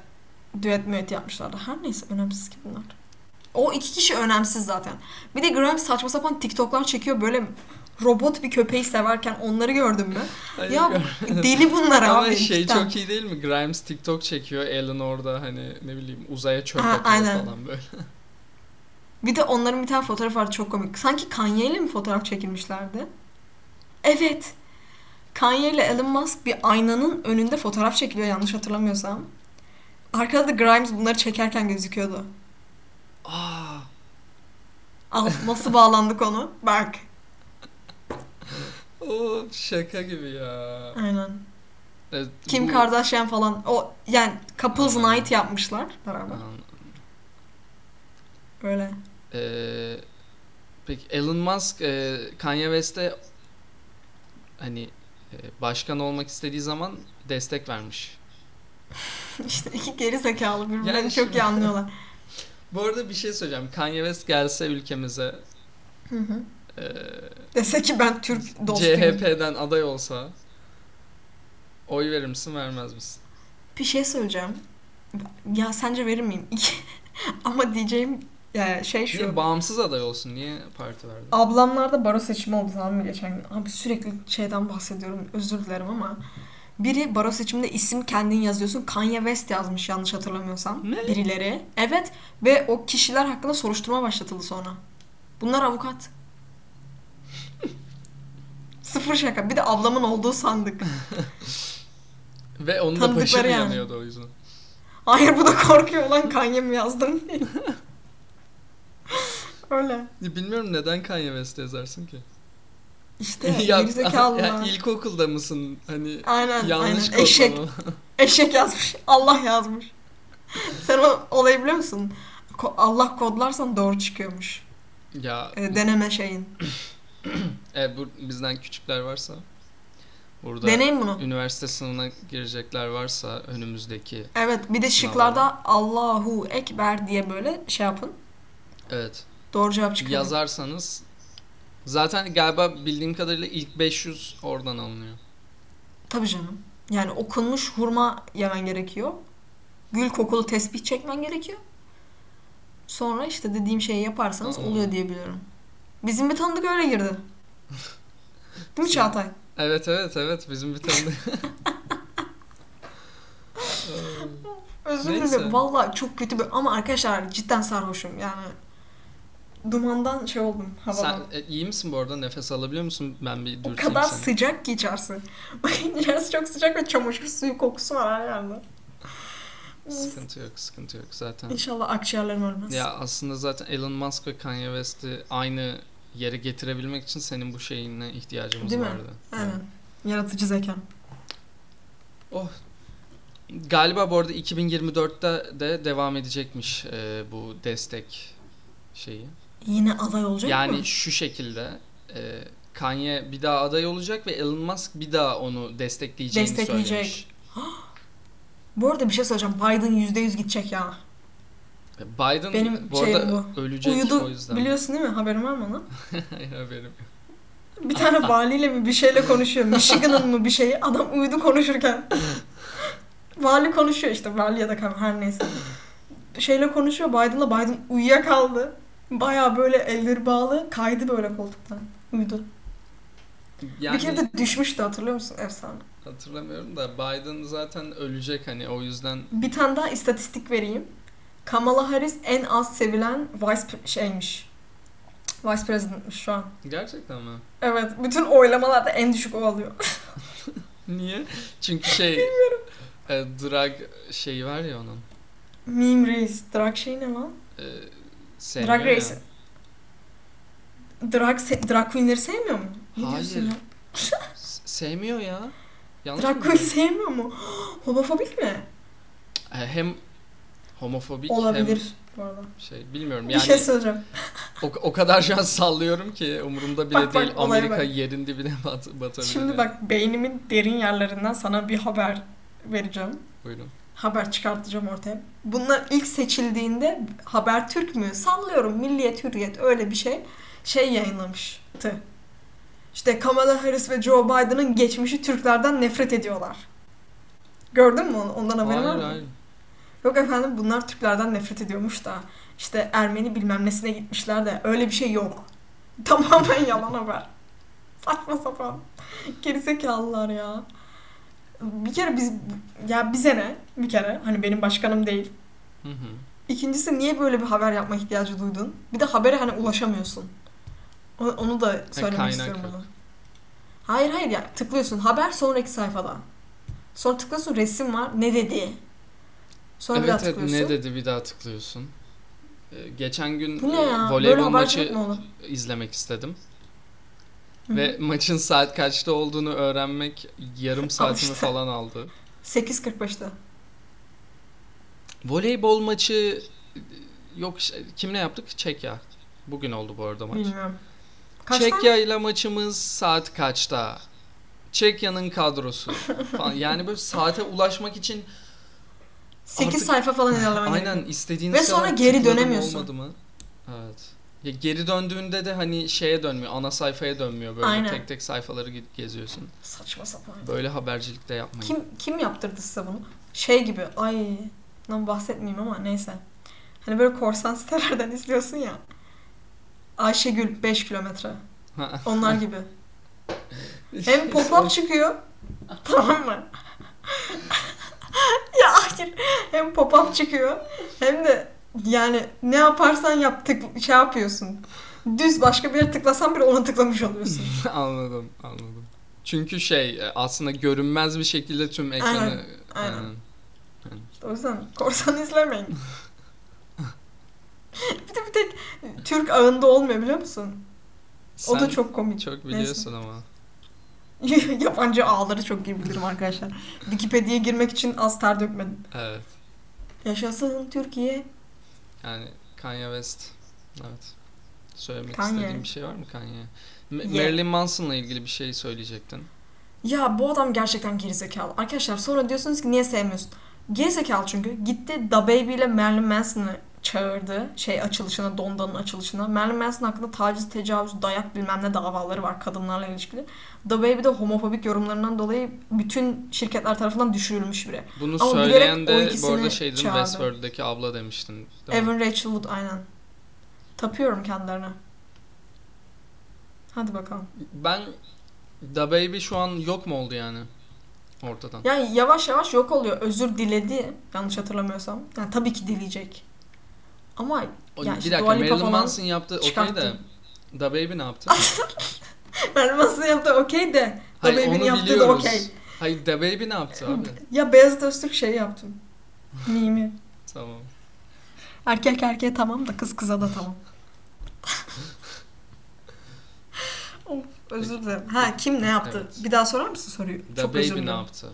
[SPEAKER 2] düet müet yapmışlardı. Her neyse önemsiz ki bunlar. O iki kişi önemsiz zaten. Bir de Grimes saçma sapan TikTok'lar çekiyor böyle robot bir köpeği severken onları gördün mü?
[SPEAKER 1] Hayır,
[SPEAKER 2] ya
[SPEAKER 1] gör-
[SPEAKER 2] deli bunlar abi.
[SPEAKER 1] Ama şey
[SPEAKER 2] cidden.
[SPEAKER 1] çok iyi değil mi? Grimes TikTok çekiyor. Ellen orada hani ne bileyim uzaya çöp
[SPEAKER 2] Ha,
[SPEAKER 1] atıyor
[SPEAKER 2] aynen.
[SPEAKER 1] falan böyle.
[SPEAKER 2] Bir de onların bir tane fotoğrafı vardı çok komik. Sanki Kanye ile mi fotoğraf çekilmişlerdi? Evet. Kanye ile Elon Musk bir aynanın önünde fotoğraf çekiliyor yanlış hatırlamıyorsam. Arkada da Grimes bunları çekerken gözüküyordu.
[SPEAKER 1] Aa,
[SPEAKER 2] Al nasıl bağlandık onu? Berk.
[SPEAKER 1] o oh, şaka gibi ya.
[SPEAKER 2] Aynen.
[SPEAKER 1] Evet,
[SPEAKER 2] Kim
[SPEAKER 1] bu-
[SPEAKER 2] Kardashian falan. O yani Couples
[SPEAKER 1] Aynen.
[SPEAKER 2] Night yapmışlar beraber.
[SPEAKER 1] An-
[SPEAKER 2] Öyle.
[SPEAKER 1] Ee, peki Elon Musk e, Kanye West'e hani e, başkan olmak istediği zaman destek vermiş.
[SPEAKER 2] İşte iki geri zekalı birbirlerini
[SPEAKER 1] Yani
[SPEAKER 2] çok iyi
[SPEAKER 1] şu-
[SPEAKER 2] anlıyorlar.
[SPEAKER 1] Bu arada bir şey söyleyeceğim. Kanye West gelse ülkemize
[SPEAKER 2] Hı hı.
[SPEAKER 1] e,
[SPEAKER 2] Dese ki ben Türk dostuyum.
[SPEAKER 1] CHP'den aday olsa oy verir misin vermez misin?
[SPEAKER 2] Bir şey söyleyeceğim. Ya sence verir miyim? Ama diyeceğim ya şey şu.
[SPEAKER 1] Niye bağımsız aday olsun? Niye parti verdi?
[SPEAKER 2] Ablamlarda baro seçimi oldu tamam mı geçen gün? Abi sürekli şeyden bahsediyorum özür dilerim ama. Biri baro seçiminde isim kendin yazıyorsun. Kanye West yazmış yanlış hatırlamıyorsam.
[SPEAKER 1] Ne?
[SPEAKER 2] Birileri. Evet ve o kişiler hakkında soruşturma başlatıldı sonra. Bunlar avukat. Sıfır şaka. Bir de ablamın olduğu sandık.
[SPEAKER 1] Ve onun da
[SPEAKER 2] Tanıdıkları
[SPEAKER 1] başı mı
[SPEAKER 2] yani.
[SPEAKER 1] yanıyordu o yüzden?
[SPEAKER 2] Hayır bu da korkuyor lan Kanye mi yazdım diye. Öyle.
[SPEAKER 1] Bilmiyorum neden Kanye West yazarsın ki?
[SPEAKER 2] İşte
[SPEAKER 1] Ya-
[SPEAKER 2] gerizekalılar.
[SPEAKER 1] ya ilkokulda mısın? Hani
[SPEAKER 2] Aynen
[SPEAKER 1] yanlış
[SPEAKER 2] aynen. Eşek,
[SPEAKER 1] kodlama.
[SPEAKER 2] Eşek yazmış. Allah yazmış. Sen o olayı biliyor musun? Ko- Allah kodlarsan doğru çıkıyormuş.
[SPEAKER 1] Ya
[SPEAKER 2] E, deneme şeyin.
[SPEAKER 1] E, bu, bizden küçükler varsa burada
[SPEAKER 2] Deneyin bunu.
[SPEAKER 1] üniversite sınavına girecekler varsa önümüzdeki
[SPEAKER 2] Evet bir de şıklarda Allahu Ekber diye böyle şey yapın.
[SPEAKER 1] evet
[SPEAKER 2] Doğru cevap çıkıyor.
[SPEAKER 1] yazarsanız zaten galiba bildiğim kadarıyla ilk 500 oradan alınıyor.
[SPEAKER 2] Tabii canım. Yani okunmuş hurma yemen gerekiyor. Gül kokulu tesbih çekmen gerekiyor. Sonra işte dediğim şeyi yaparsanız
[SPEAKER 1] Aa.
[SPEAKER 2] oluyor diye biliyorum. Bizim bir tanıdık öyle girdi. Değil mi Çağatay?
[SPEAKER 1] Evet evet evet bizim bir tane
[SPEAKER 2] Özür
[SPEAKER 1] Neyse.
[SPEAKER 2] dilerim. Valla çok kötü bir... Ama arkadaşlar cidden sarhoşum yani. Dumandan şey oldum havadan.
[SPEAKER 1] Sen e, iyi misin bu arada nefes alabiliyor musun? Ben bir
[SPEAKER 2] o
[SPEAKER 1] dürteyim
[SPEAKER 2] kadar
[SPEAKER 1] seni.
[SPEAKER 2] sıcak ki içerisi. Bakın içerisi çok sıcak ve çamaşır suyu kokusu var her yerde.
[SPEAKER 1] Sıkıntı yok sıkıntı yok zaten.
[SPEAKER 2] İnşallah akciğerlerim ölmez.
[SPEAKER 1] Ya aslında zaten Elon Musk ve Kanye West'i aynı yere getirebilmek için senin bu şeyine ihtiyacımız
[SPEAKER 2] Değil mi?
[SPEAKER 1] vardı.
[SPEAKER 2] Aynen. Yaratıcı zekan.
[SPEAKER 1] Galiba bu arada 2024'te de devam edecekmiş e, bu destek şeyi.
[SPEAKER 2] Yine aday olacak
[SPEAKER 1] yani
[SPEAKER 2] mı?
[SPEAKER 1] şu şekilde e, Kanye bir daha aday olacak ve Elon Musk bir daha onu destekleyeceğini
[SPEAKER 2] Destekleyecek.
[SPEAKER 1] söylemiş.
[SPEAKER 2] Bu arada bir şey söyleyeceğim. Biden %100 gidecek ya.
[SPEAKER 1] Biden
[SPEAKER 2] Benim
[SPEAKER 1] bu
[SPEAKER 2] şeyim
[SPEAKER 1] arada ölecek o
[SPEAKER 2] Uyudu
[SPEAKER 1] yüzden.
[SPEAKER 2] biliyorsun değil mi? Haberin var mı ona?
[SPEAKER 1] Hayır haberim. yok.
[SPEAKER 2] Bir tane valiyle mi bir şeyle konuşuyor. Michigan'ın mı bir şeyi. Adam uyudu konuşurken. Vali konuşuyor işte. Vali ya da kam- her neyse. Şeyle konuşuyor Biden'la. Biden uyuyakaldı. Baya böyle elleri bağlı. Kaydı böyle koltuktan. Uyudu.
[SPEAKER 1] Yani
[SPEAKER 2] Bir kere de düşmüştü hatırlıyor musun? Efsane.
[SPEAKER 1] hatırlamıyorum da Biden zaten ölecek hani o yüzden
[SPEAKER 2] Bir tane daha istatistik vereyim. Kamala Harris en az sevilen vice pre- şeymiş. Vice presidentmiş şu an.
[SPEAKER 1] gerçekten mi?
[SPEAKER 2] Evet, bütün oylamalarda en düşük o alıyor.
[SPEAKER 1] Niye? Çünkü şey e, drag şeyi var ya onun.
[SPEAKER 2] Meme Race. Drag şey ne lan?
[SPEAKER 1] E, sevmiyor
[SPEAKER 2] Drag
[SPEAKER 1] ya.
[SPEAKER 2] Race. Drag, se- drag Queen'leri sevmiyor mu? Ne
[SPEAKER 1] Hayır.
[SPEAKER 2] diyorsun ya?
[SPEAKER 1] S- Sevmiyor ya. Yanlış mı
[SPEAKER 2] Drag Queen
[SPEAKER 1] biliyorum?
[SPEAKER 2] sevmiyor mu? Homofobik mi?
[SPEAKER 1] E, Hem homofobik
[SPEAKER 2] Olabilir bu arada.
[SPEAKER 1] hem şey bilmiyorum
[SPEAKER 2] Bir
[SPEAKER 1] yani
[SPEAKER 2] şey söyleyeceğim.
[SPEAKER 1] o, o kadar şu an sallıyorum ki umurumda bile
[SPEAKER 2] Bak, bak,
[SPEAKER 1] değil
[SPEAKER 2] olaya
[SPEAKER 1] Amerika
[SPEAKER 2] bak.
[SPEAKER 1] yerin dibine bat, batabilir.
[SPEAKER 2] Şimdi
[SPEAKER 1] yani.
[SPEAKER 2] bak beynimin derin yerlerinden sana bir haber vereceğim.
[SPEAKER 1] Buyurun.
[SPEAKER 2] haber çıkartacağım ortaya. Bunlar ilk seçildiğinde Habertürk mü? Sallıyorum Milliyet Hürriyet öyle bir şey şey yayınlamıştı. İşte Kamala Harris ve Joe Biden'ın geçmişi Türklerden nefret ediyorlar. Gördün mü onu? Ondan haberin var
[SPEAKER 1] Hayır
[SPEAKER 2] mı?
[SPEAKER 1] hayır.
[SPEAKER 2] Yok efendim bunlar Türklerden nefret ediyormuş da işte Ermeni bilmem nesine gitmişler de öyle bir şey yok. Tamamen yalan haber. Saçma sapan. Gerizekalılar ya. Bir kere biz ya bize ne? Bir kere hani benim başkanım değil.
[SPEAKER 1] Hı hı.
[SPEAKER 2] İkincisi niye böyle bir haber yapma ihtiyacı duydun? Bir de habere hani ulaşamıyorsun. O- Onu da söylemek
[SPEAKER 1] E, kaynak
[SPEAKER 2] istiyorum
[SPEAKER 1] yok.
[SPEAKER 2] burada. Hayır hayır ya tıklıyorsun haber sonraki sayfada. Sonra tıklıyorsun resim var ne dedi. Sonra bir daha
[SPEAKER 1] Evet, evet
[SPEAKER 2] tıklıyorsun.
[SPEAKER 1] ne dedi bir daha tıklıyorsun. Ee, Geçen gün
[SPEAKER 2] Bu ne ya?
[SPEAKER 1] e,
[SPEAKER 2] Böyle
[SPEAKER 1] voleybol
[SPEAKER 2] habercilik
[SPEAKER 1] maçı
[SPEAKER 2] mi olur?
[SPEAKER 1] izlemek istedim.
[SPEAKER 2] Hı hı.
[SPEAKER 1] Ve maçın saat kaçta olduğunu öğrenmek yarım saatimi
[SPEAKER 2] işte.
[SPEAKER 1] falan aldı.
[SPEAKER 2] 8.45'te.
[SPEAKER 1] Voleybol maçı yok işte, kimle yaptık? Çekya. Bugün oldu bu arada maç.
[SPEAKER 2] Bilmiyorum. Kaçtan?
[SPEAKER 1] Çekya ile maçımız saat kaçta? Çekya'nın kadrosu falan. Yani böyle saate ulaşmak için
[SPEAKER 2] 8
[SPEAKER 1] Artık-
[SPEAKER 2] sayfa falan ilerlemen gerekiyor.
[SPEAKER 1] aynen istediğiniz
[SPEAKER 2] Ve sonra
[SPEAKER 1] kadar
[SPEAKER 2] geri
[SPEAKER 1] tıkladım,
[SPEAKER 2] dönemiyorsun.
[SPEAKER 1] Olmadı mı? Evet. Ya geri döndüğünde de hani şeye dönmüyor. Ana sayfaya dönmüyor. Böyle
[SPEAKER 2] Aynen.
[SPEAKER 1] tek tek sayfaları ge- geziyorsun.
[SPEAKER 2] Saçma sapan.
[SPEAKER 1] Böyle habercilik de yapmayın.
[SPEAKER 2] Kim kim yaptırdı size bunu? Şey gibi ay lan bahsetmeyeyim ama neyse. Hani böyle korsan sitelerden izliyorsun ya. Ayşegül 5 kilometre. Onlar gibi. Hem pop-up çıkıyor. Tamam mı? ya hayır. Hem pop-up çıkıyor. Hem de yani ne yaparsan yap tık, şey yapıyorsun. Düz başka bir yere tıklasan bile ona tıklamış oluyorsun.
[SPEAKER 1] anladım, anladım. Çünkü şey e, aslında görünmez bir şekilde tüm ekranı e,
[SPEAKER 2] Aynen, aynen.
[SPEAKER 1] Aynen.
[SPEAKER 2] O yüzden korsan izlemeyin. bir de bir tek Türk ağında olmuyor biliyor musun? o
[SPEAKER 1] Sen
[SPEAKER 2] da çok komik.
[SPEAKER 1] çok biliyorsun ama.
[SPEAKER 2] Yabancı ağları çok iyi bilirim arkadaşlar. Wikipedia'ya girmek için az ter dökmedim.
[SPEAKER 1] Evet.
[SPEAKER 2] Yaşasın Türkiye.
[SPEAKER 1] Yani Kanye West. Evet. Söylemek
[SPEAKER 2] Kanye.
[SPEAKER 1] istediğin bir şey var mı Kanye? Ma-
[SPEAKER 2] Ye.
[SPEAKER 1] Marilyn Manson'la ilgili bir şey söyleyecektin.
[SPEAKER 2] Ya bu adam gerçekten gerizekalı. Arkadaşlar sonra diyorsunuz ki niye sevmiyorsun? Gerizekalı çünkü. Gitti Da Baby ile Marilyn Manson'ı çağırdı. Şey açılışına, Donda'nın açılışına. Marilyn Manson hakkında taciz, tecavüz, dayak bilmem ne davaları var kadınlarla ilişkili. Da Baby de homofobik yorumlarından dolayı bütün şirketler tarafından düşürülmüş biri.
[SPEAKER 1] Bunu
[SPEAKER 2] Ama bilerek
[SPEAKER 1] söyleyen
[SPEAKER 2] o
[SPEAKER 1] de bu
[SPEAKER 2] ikisini
[SPEAKER 1] arada şeydin
[SPEAKER 2] çağırdı.
[SPEAKER 1] Westworld'deki abla demiştin. değil mi?
[SPEAKER 2] Evan Rachel Wood aynen. Tapıyorum kendilerine. Hadi bakalım.
[SPEAKER 1] Ben Da Baby şu an yok mu oldu yani ortadan?
[SPEAKER 2] Yani yavaş yavaş yok oluyor. Özür diledi yanlış hatırlamıyorsam. Yani tabii ki dileyecek. Ama
[SPEAKER 1] O-
[SPEAKER 2] yani
[SPEAKER 1] bir
[SPEAKER 2] işte
[SPEAKER 1] dakika
[SPEAKER 2] Dua Lipa
[SPEAKER 1] Marilyn
[SPEAKER 2] falan
[SPEAKER 1] Manson yaptı okey de
[SPEAKER 2] çıkarttı.
[SPEAKER 1] Da Baby ne yaptı?
[SPEAKER 2] Ah, Marilyn Manson yaptığı okey de Da
[SPEAKER 1] Hayır
[SPEAKER 2] Baby'nin
[SPEAKER 1] onu
[SPEAKER 2] yaptığı da
[SPEAKER 1] biliyoruz.
[SPEAKER 2] okey.
[SPEAKER 1] Hayır Da Baby ne yaptı abi?
[SPEAKER 2] Ya Beyazıt Öztürk şey yaptım. Mimi.
[SPEAKER 1] tamam.
[SPEAKER 2] Erkek erkeğe tamam da kız kıza da tamam. of, özür dilerim. Ha kim ne yaptı?
[SPEAKER 1] Evet.
[SPEAKER 2] Bir daha sorar mısın soruyu?
[SPEAKER 1] Da
[SPEAKER 2] Çok özür
[SPEAKER 1] Baby ne
[SPEAKER 2] dilerim.
[SPEAKER 1] yaptı?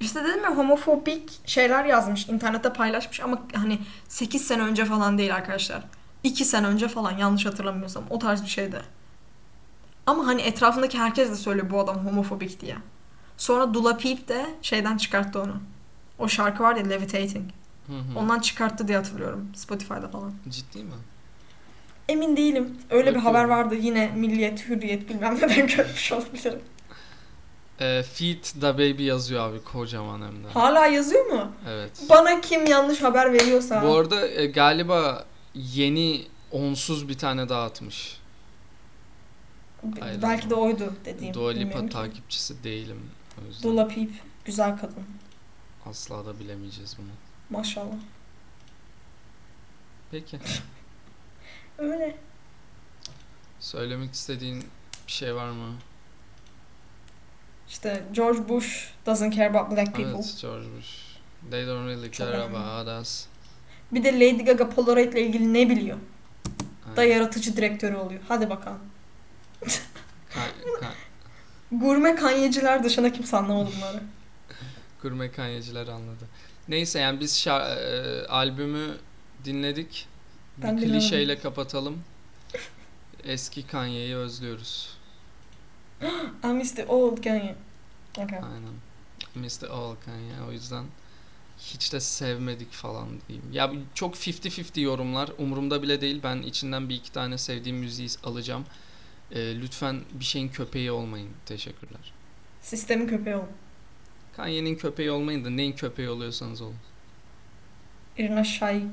[SPEAKER 2] İşte dedim ya homofobik şeyler yazmış, internette paylaşmış ama hani 8 sene önce falan değil arkadaşlar. 2 sene önce falan yanlış hatırlamıyorsam o tarz bir şeydi. Ama hani etrafındaki herkes de söylüyor bu adam homofobik diye. Sonra Dula Peep de şeyden çıkarttı onu. O şarkı var ya Levitating.
[SPEAKER 1] Hı hı.
[SPEAKER 2] Ondan çıkarttı diye hatırlıyorum Spotify'da falan.
[SPEAKER 1] Ciddi mi?
[SPEAKER 2] Emin değilim. Öyle bir
[SPEAKER 1] Bakıyorum.
[SPEAKER 2] haber vardı yine Milliyet, Hürriyet bilmem neden görmüş olabilirim.
[SPEAKER 1] E, Feet Da Baby yazıyor abi kocaman hem de.
[SPEAKER 2] Hala yazıyor mu?
[SPEAKER 1] Evet.
[SPEAKER 2] Bana kim yanlış haber veriyorsa.
[SPEAKER 1] Bu arada e, galiba yeni onsuz bir tane daha atmış.
[SPEAKER 2] B-
[SPEAKER 1] Aynen.
[SPEAKER 2] Belki de oydu dediğim.
[SPEAKER 1] Dua Lipa
[SPEAKER 2] Bilmiyorum ki.
[SPEAKER 1] takipçisi değilim. O yüzden
[SPEAKER 2] Dula Peep. Güzel kadın.
[SPEAKER 1] asla da bilemeyeceğiz bunu.
[SPEAKER 2] Maşallah.
[SPEAKER 1] Peki.
[SPEAKER 2] Öyle.
[SPEAKER 1] Söylemek istediğin bir şey var mı?
[SPEAKER 2] İşte George Bush doesn't care about black people.
[SPEAKER 1] Evet George Bush. They don't really
[SPEAKER 2] Çok
[SPEAKER 1] care
[SPEAKER 2] önemli.
[SPEAKER 1] about us.
[SPEAKER 2] Bir de Lady Gaga Polaroid ile ilgili ne biliyor?
[SPEAKER 1] Aynen.
[SPEAKER 2] Da yaratıcı direktörü oluyor. Hadi bakalım.
[SPEAKER 1] Ka- ka-
[SPEAKER 2] Gurme kanyeciler dışında kimse anlamadı bunları.
[SPEAKER 1] Gurme kanyeciler anladı. Neyse yani biz şa- e, albümü dinledik.
[SPEAKER 2] Ben
[SPEAKER 1] bir
[SPEAKER 2] dinlemedim.
[SPEAKER 1] klişeyle kapatalım. Eski Kanye'yi özlüyoruz.
[SPEAKER 2] I miss the old Kanye. Okay.
[SPEAKER 1] Aynen. Mr. All Kanye. O yüzden hiç de sevmedik falan diyeyim. Ya çok 50-50 yorumlar. Umurumda bile değil. Ben içinden bir iki tane sevdiğim müziği alacağım. E, lütfen bir şeyin köpeği olmayın. Teşekkürler.
[SPEAKER 2] Sistemin köpeği ol.
[SPEAKER 1] Kanye'nin köpeği olmayın da neyin köpeği oluyorsanız olun.
[SPEAKER 2] Irina Shayk.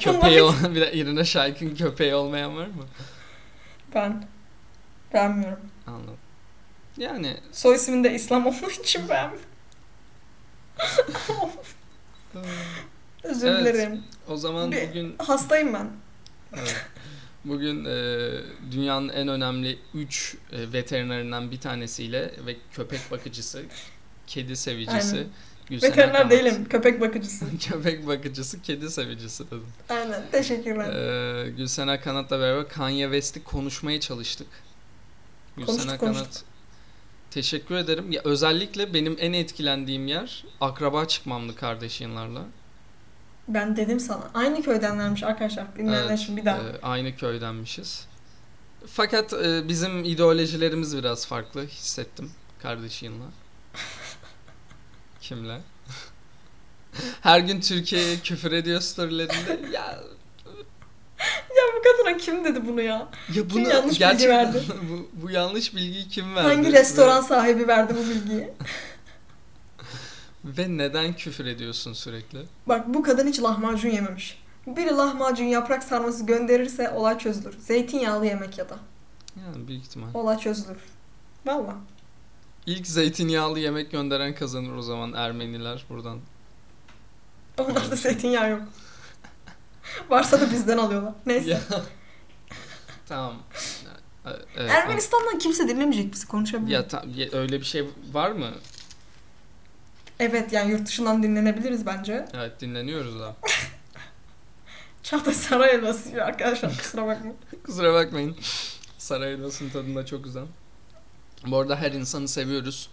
[SPEAKER 1] Köpeği olan bir de İrina Şayk'ın köpeği olmayan var mı?
[SPEAKER 2] Ben. Beğenmiyorum.
[SPEAKER 1] Anladım. Yani
[SPEAKER 2] Soy isminde İslam olduğu için beğenmiyorum.
[SPEAKER 1] e,
[SPEAKER 2] Özür
[SPEAKER 1] Evet.
[SPEAKER 2] dilerim.
[SPEAKER 1] o zaman
[SPEAKER 2] Bir-
[SPEAKER 1] bugün
[SPEAKER 2] Hastayım ben.
[SPEAKER 1] evet, bugün e, dünyanın en önemli e, 3 veterinerinden bir tanesiyle ve köpek bakıcısı, kedi sevicisi,
[SPEAKER 2] Aynen.
[SPEAKER 1] Gülseren
[SPEAKER 2] Veteriner
[SPEAKER 1] Kamat.
[SPEAKER 2] değilim. Köpek bakıcısı.
[SPEAKER 1] Köpek bakıcısı, kedi sevicisi dedim.
[SPEAKER 2] Aynen. Teşekkürler.
[SPEAKER 1] Ee, Gülsen Akanat'la beraber Kanye West'i konuşmaya çalıştık. Gülsen
[SPEAKER 2] Konuştuk,
[SPEAKER 1] Akanat.
[SPEAKER 2] konuştuk.
[SPEAKER 1] Teşekkür ederim. Ya özellikle benim en etkilendiğim yer akraba çıkmamlı kardeşinlerle.
[SPEAKER 2] Ben dedim sana. Aynı köydenlermiş arkadaşlar. Bilmeyenler
[SPEAKER 1] Evet,
[SPEAKER 2] için bir daha.
[SPEAKER 1] Ee, aynı köydenmişiz. Fakat e, bizim ideolojilerimiz biraz farklı hissettim kardeşinle. Kimle? Her gün Türkiye'ye küfür ediyor storylerinde. Ya
[SPEAKER 2] Ya bu kadına kim dedi bunu ya?
[SPEAKER 1] Ya
[SPEAKER 2] Kim yanlış bilgi verdi?
[SPEAKER 1] bu, bu yanlış bilgiyi kim verdi?
[SPEAKER 2] Hangi restoran sahibi verdi bu bilgiyi?
[SPEAKER 1] Ve, ve neden küfür ediyorsun sürekli?
[SPEAKER 2] Bak bu kadın hiç lahmacun yememiş. Biri lahmacun yaprak sarması gönderirse olay çözülür. Zeytinyağlı yemek ya da.
[SPEAKER 1] Yani büyük ihtimal.
[SPEAKER 2] Olay çözülür. Valla.
[SPEAKER 1] İlk zeytinyağlı yemek gönderen kazanır o zaman Ermeniler buradan.
[SPEAKER 2] Onlarda zeytinyağı yok. Varsa da bizden alıyorlar. Neyse.
[SPEAKER 1] Ya. tamam. Ee, evet,
[SPEAKER 2] Ermenistan'dan kimse dinlemeyecek bizi konuşabilir.
[SPEAKER 1] Ya, ta- ya öyle bir şey var mı?
[SPEAKER 2] Evet yani yurt dışından dinlenebiliriz bence.
[SPEAKER 1] Evet dinleniyoruz da.
[SPEAKER 2] Çağatay Saray nasıl arkadaşlar kusura bakmayın.
[SPEAKER 1] Kusura bakmayın. Saray Elmas'ın tadında çok güzel. Bu arada her insanı seviyoruz.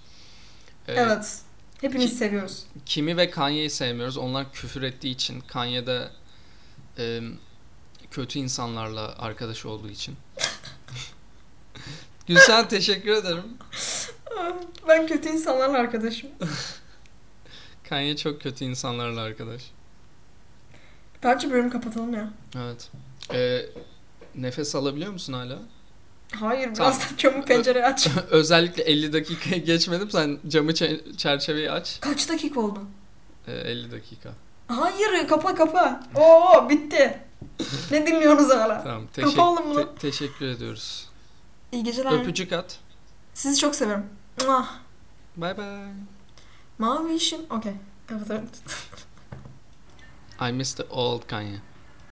[SPEAKER 1] Ee,
[SPEAKER 2] Evet. Hepinizi
[SPEAKER 1] Ki-
[SPEAKER 2] seviyoruz.
[SPEAKER 1] Kimi ve Kanye'yi sevmiyoruz. Onlar küfür ettiği için. Kanye de e, kötü insanlarla arkadaş olduğu için. Gülsen teşekkür ederim.
[SPEAKER 2] Ah, Ben kötü insanlarla arkadaşım.
[SPEAKER 1] Kanye çok kötü insanlarla arkadaş.
[SPEAKER 2] Bence bölüm kapatalım ya.
[SPEAKER 1] Evet. E, nefes alabiliyor musun hala?
[SPEAKER 2] Hayır
[SPEAKER 1] Tamam.
[SPEAKER 2] biraz da camı pencereyi aç.
[SPEAKER 1] Özellikle 50 dakikaya geçmedim. Sen camı çe- çerçeveyi aç.
[SPEAKER 2] Kaç dakika oldu?
[SPEAKER 1] E, 50 dakika.
[SPEAKER 2] Hayır kapa kapa. Oo bitti. Ne dinliyorsunuz hala?
[SPEAKER 1] Tamam.
[SPEAKER 2] Kapa oğlum
[SPEAKER 1] Teşekkür,
[SPEAKER 2] bunu.
[SPEAKER 1] te- teşekkür ediyoruz.
[SPEAKER 2] İyi geceler.
[SPEAKER 1] Öpücük at.
[SPEAKER 2] Sizi çok severim. Ah.
[SPEAKER 1] Bye bye.
[SPEAKER 2] Mavi işin. Okey. Evet evet.
[SPEAKER 1] I miss the old Kanye.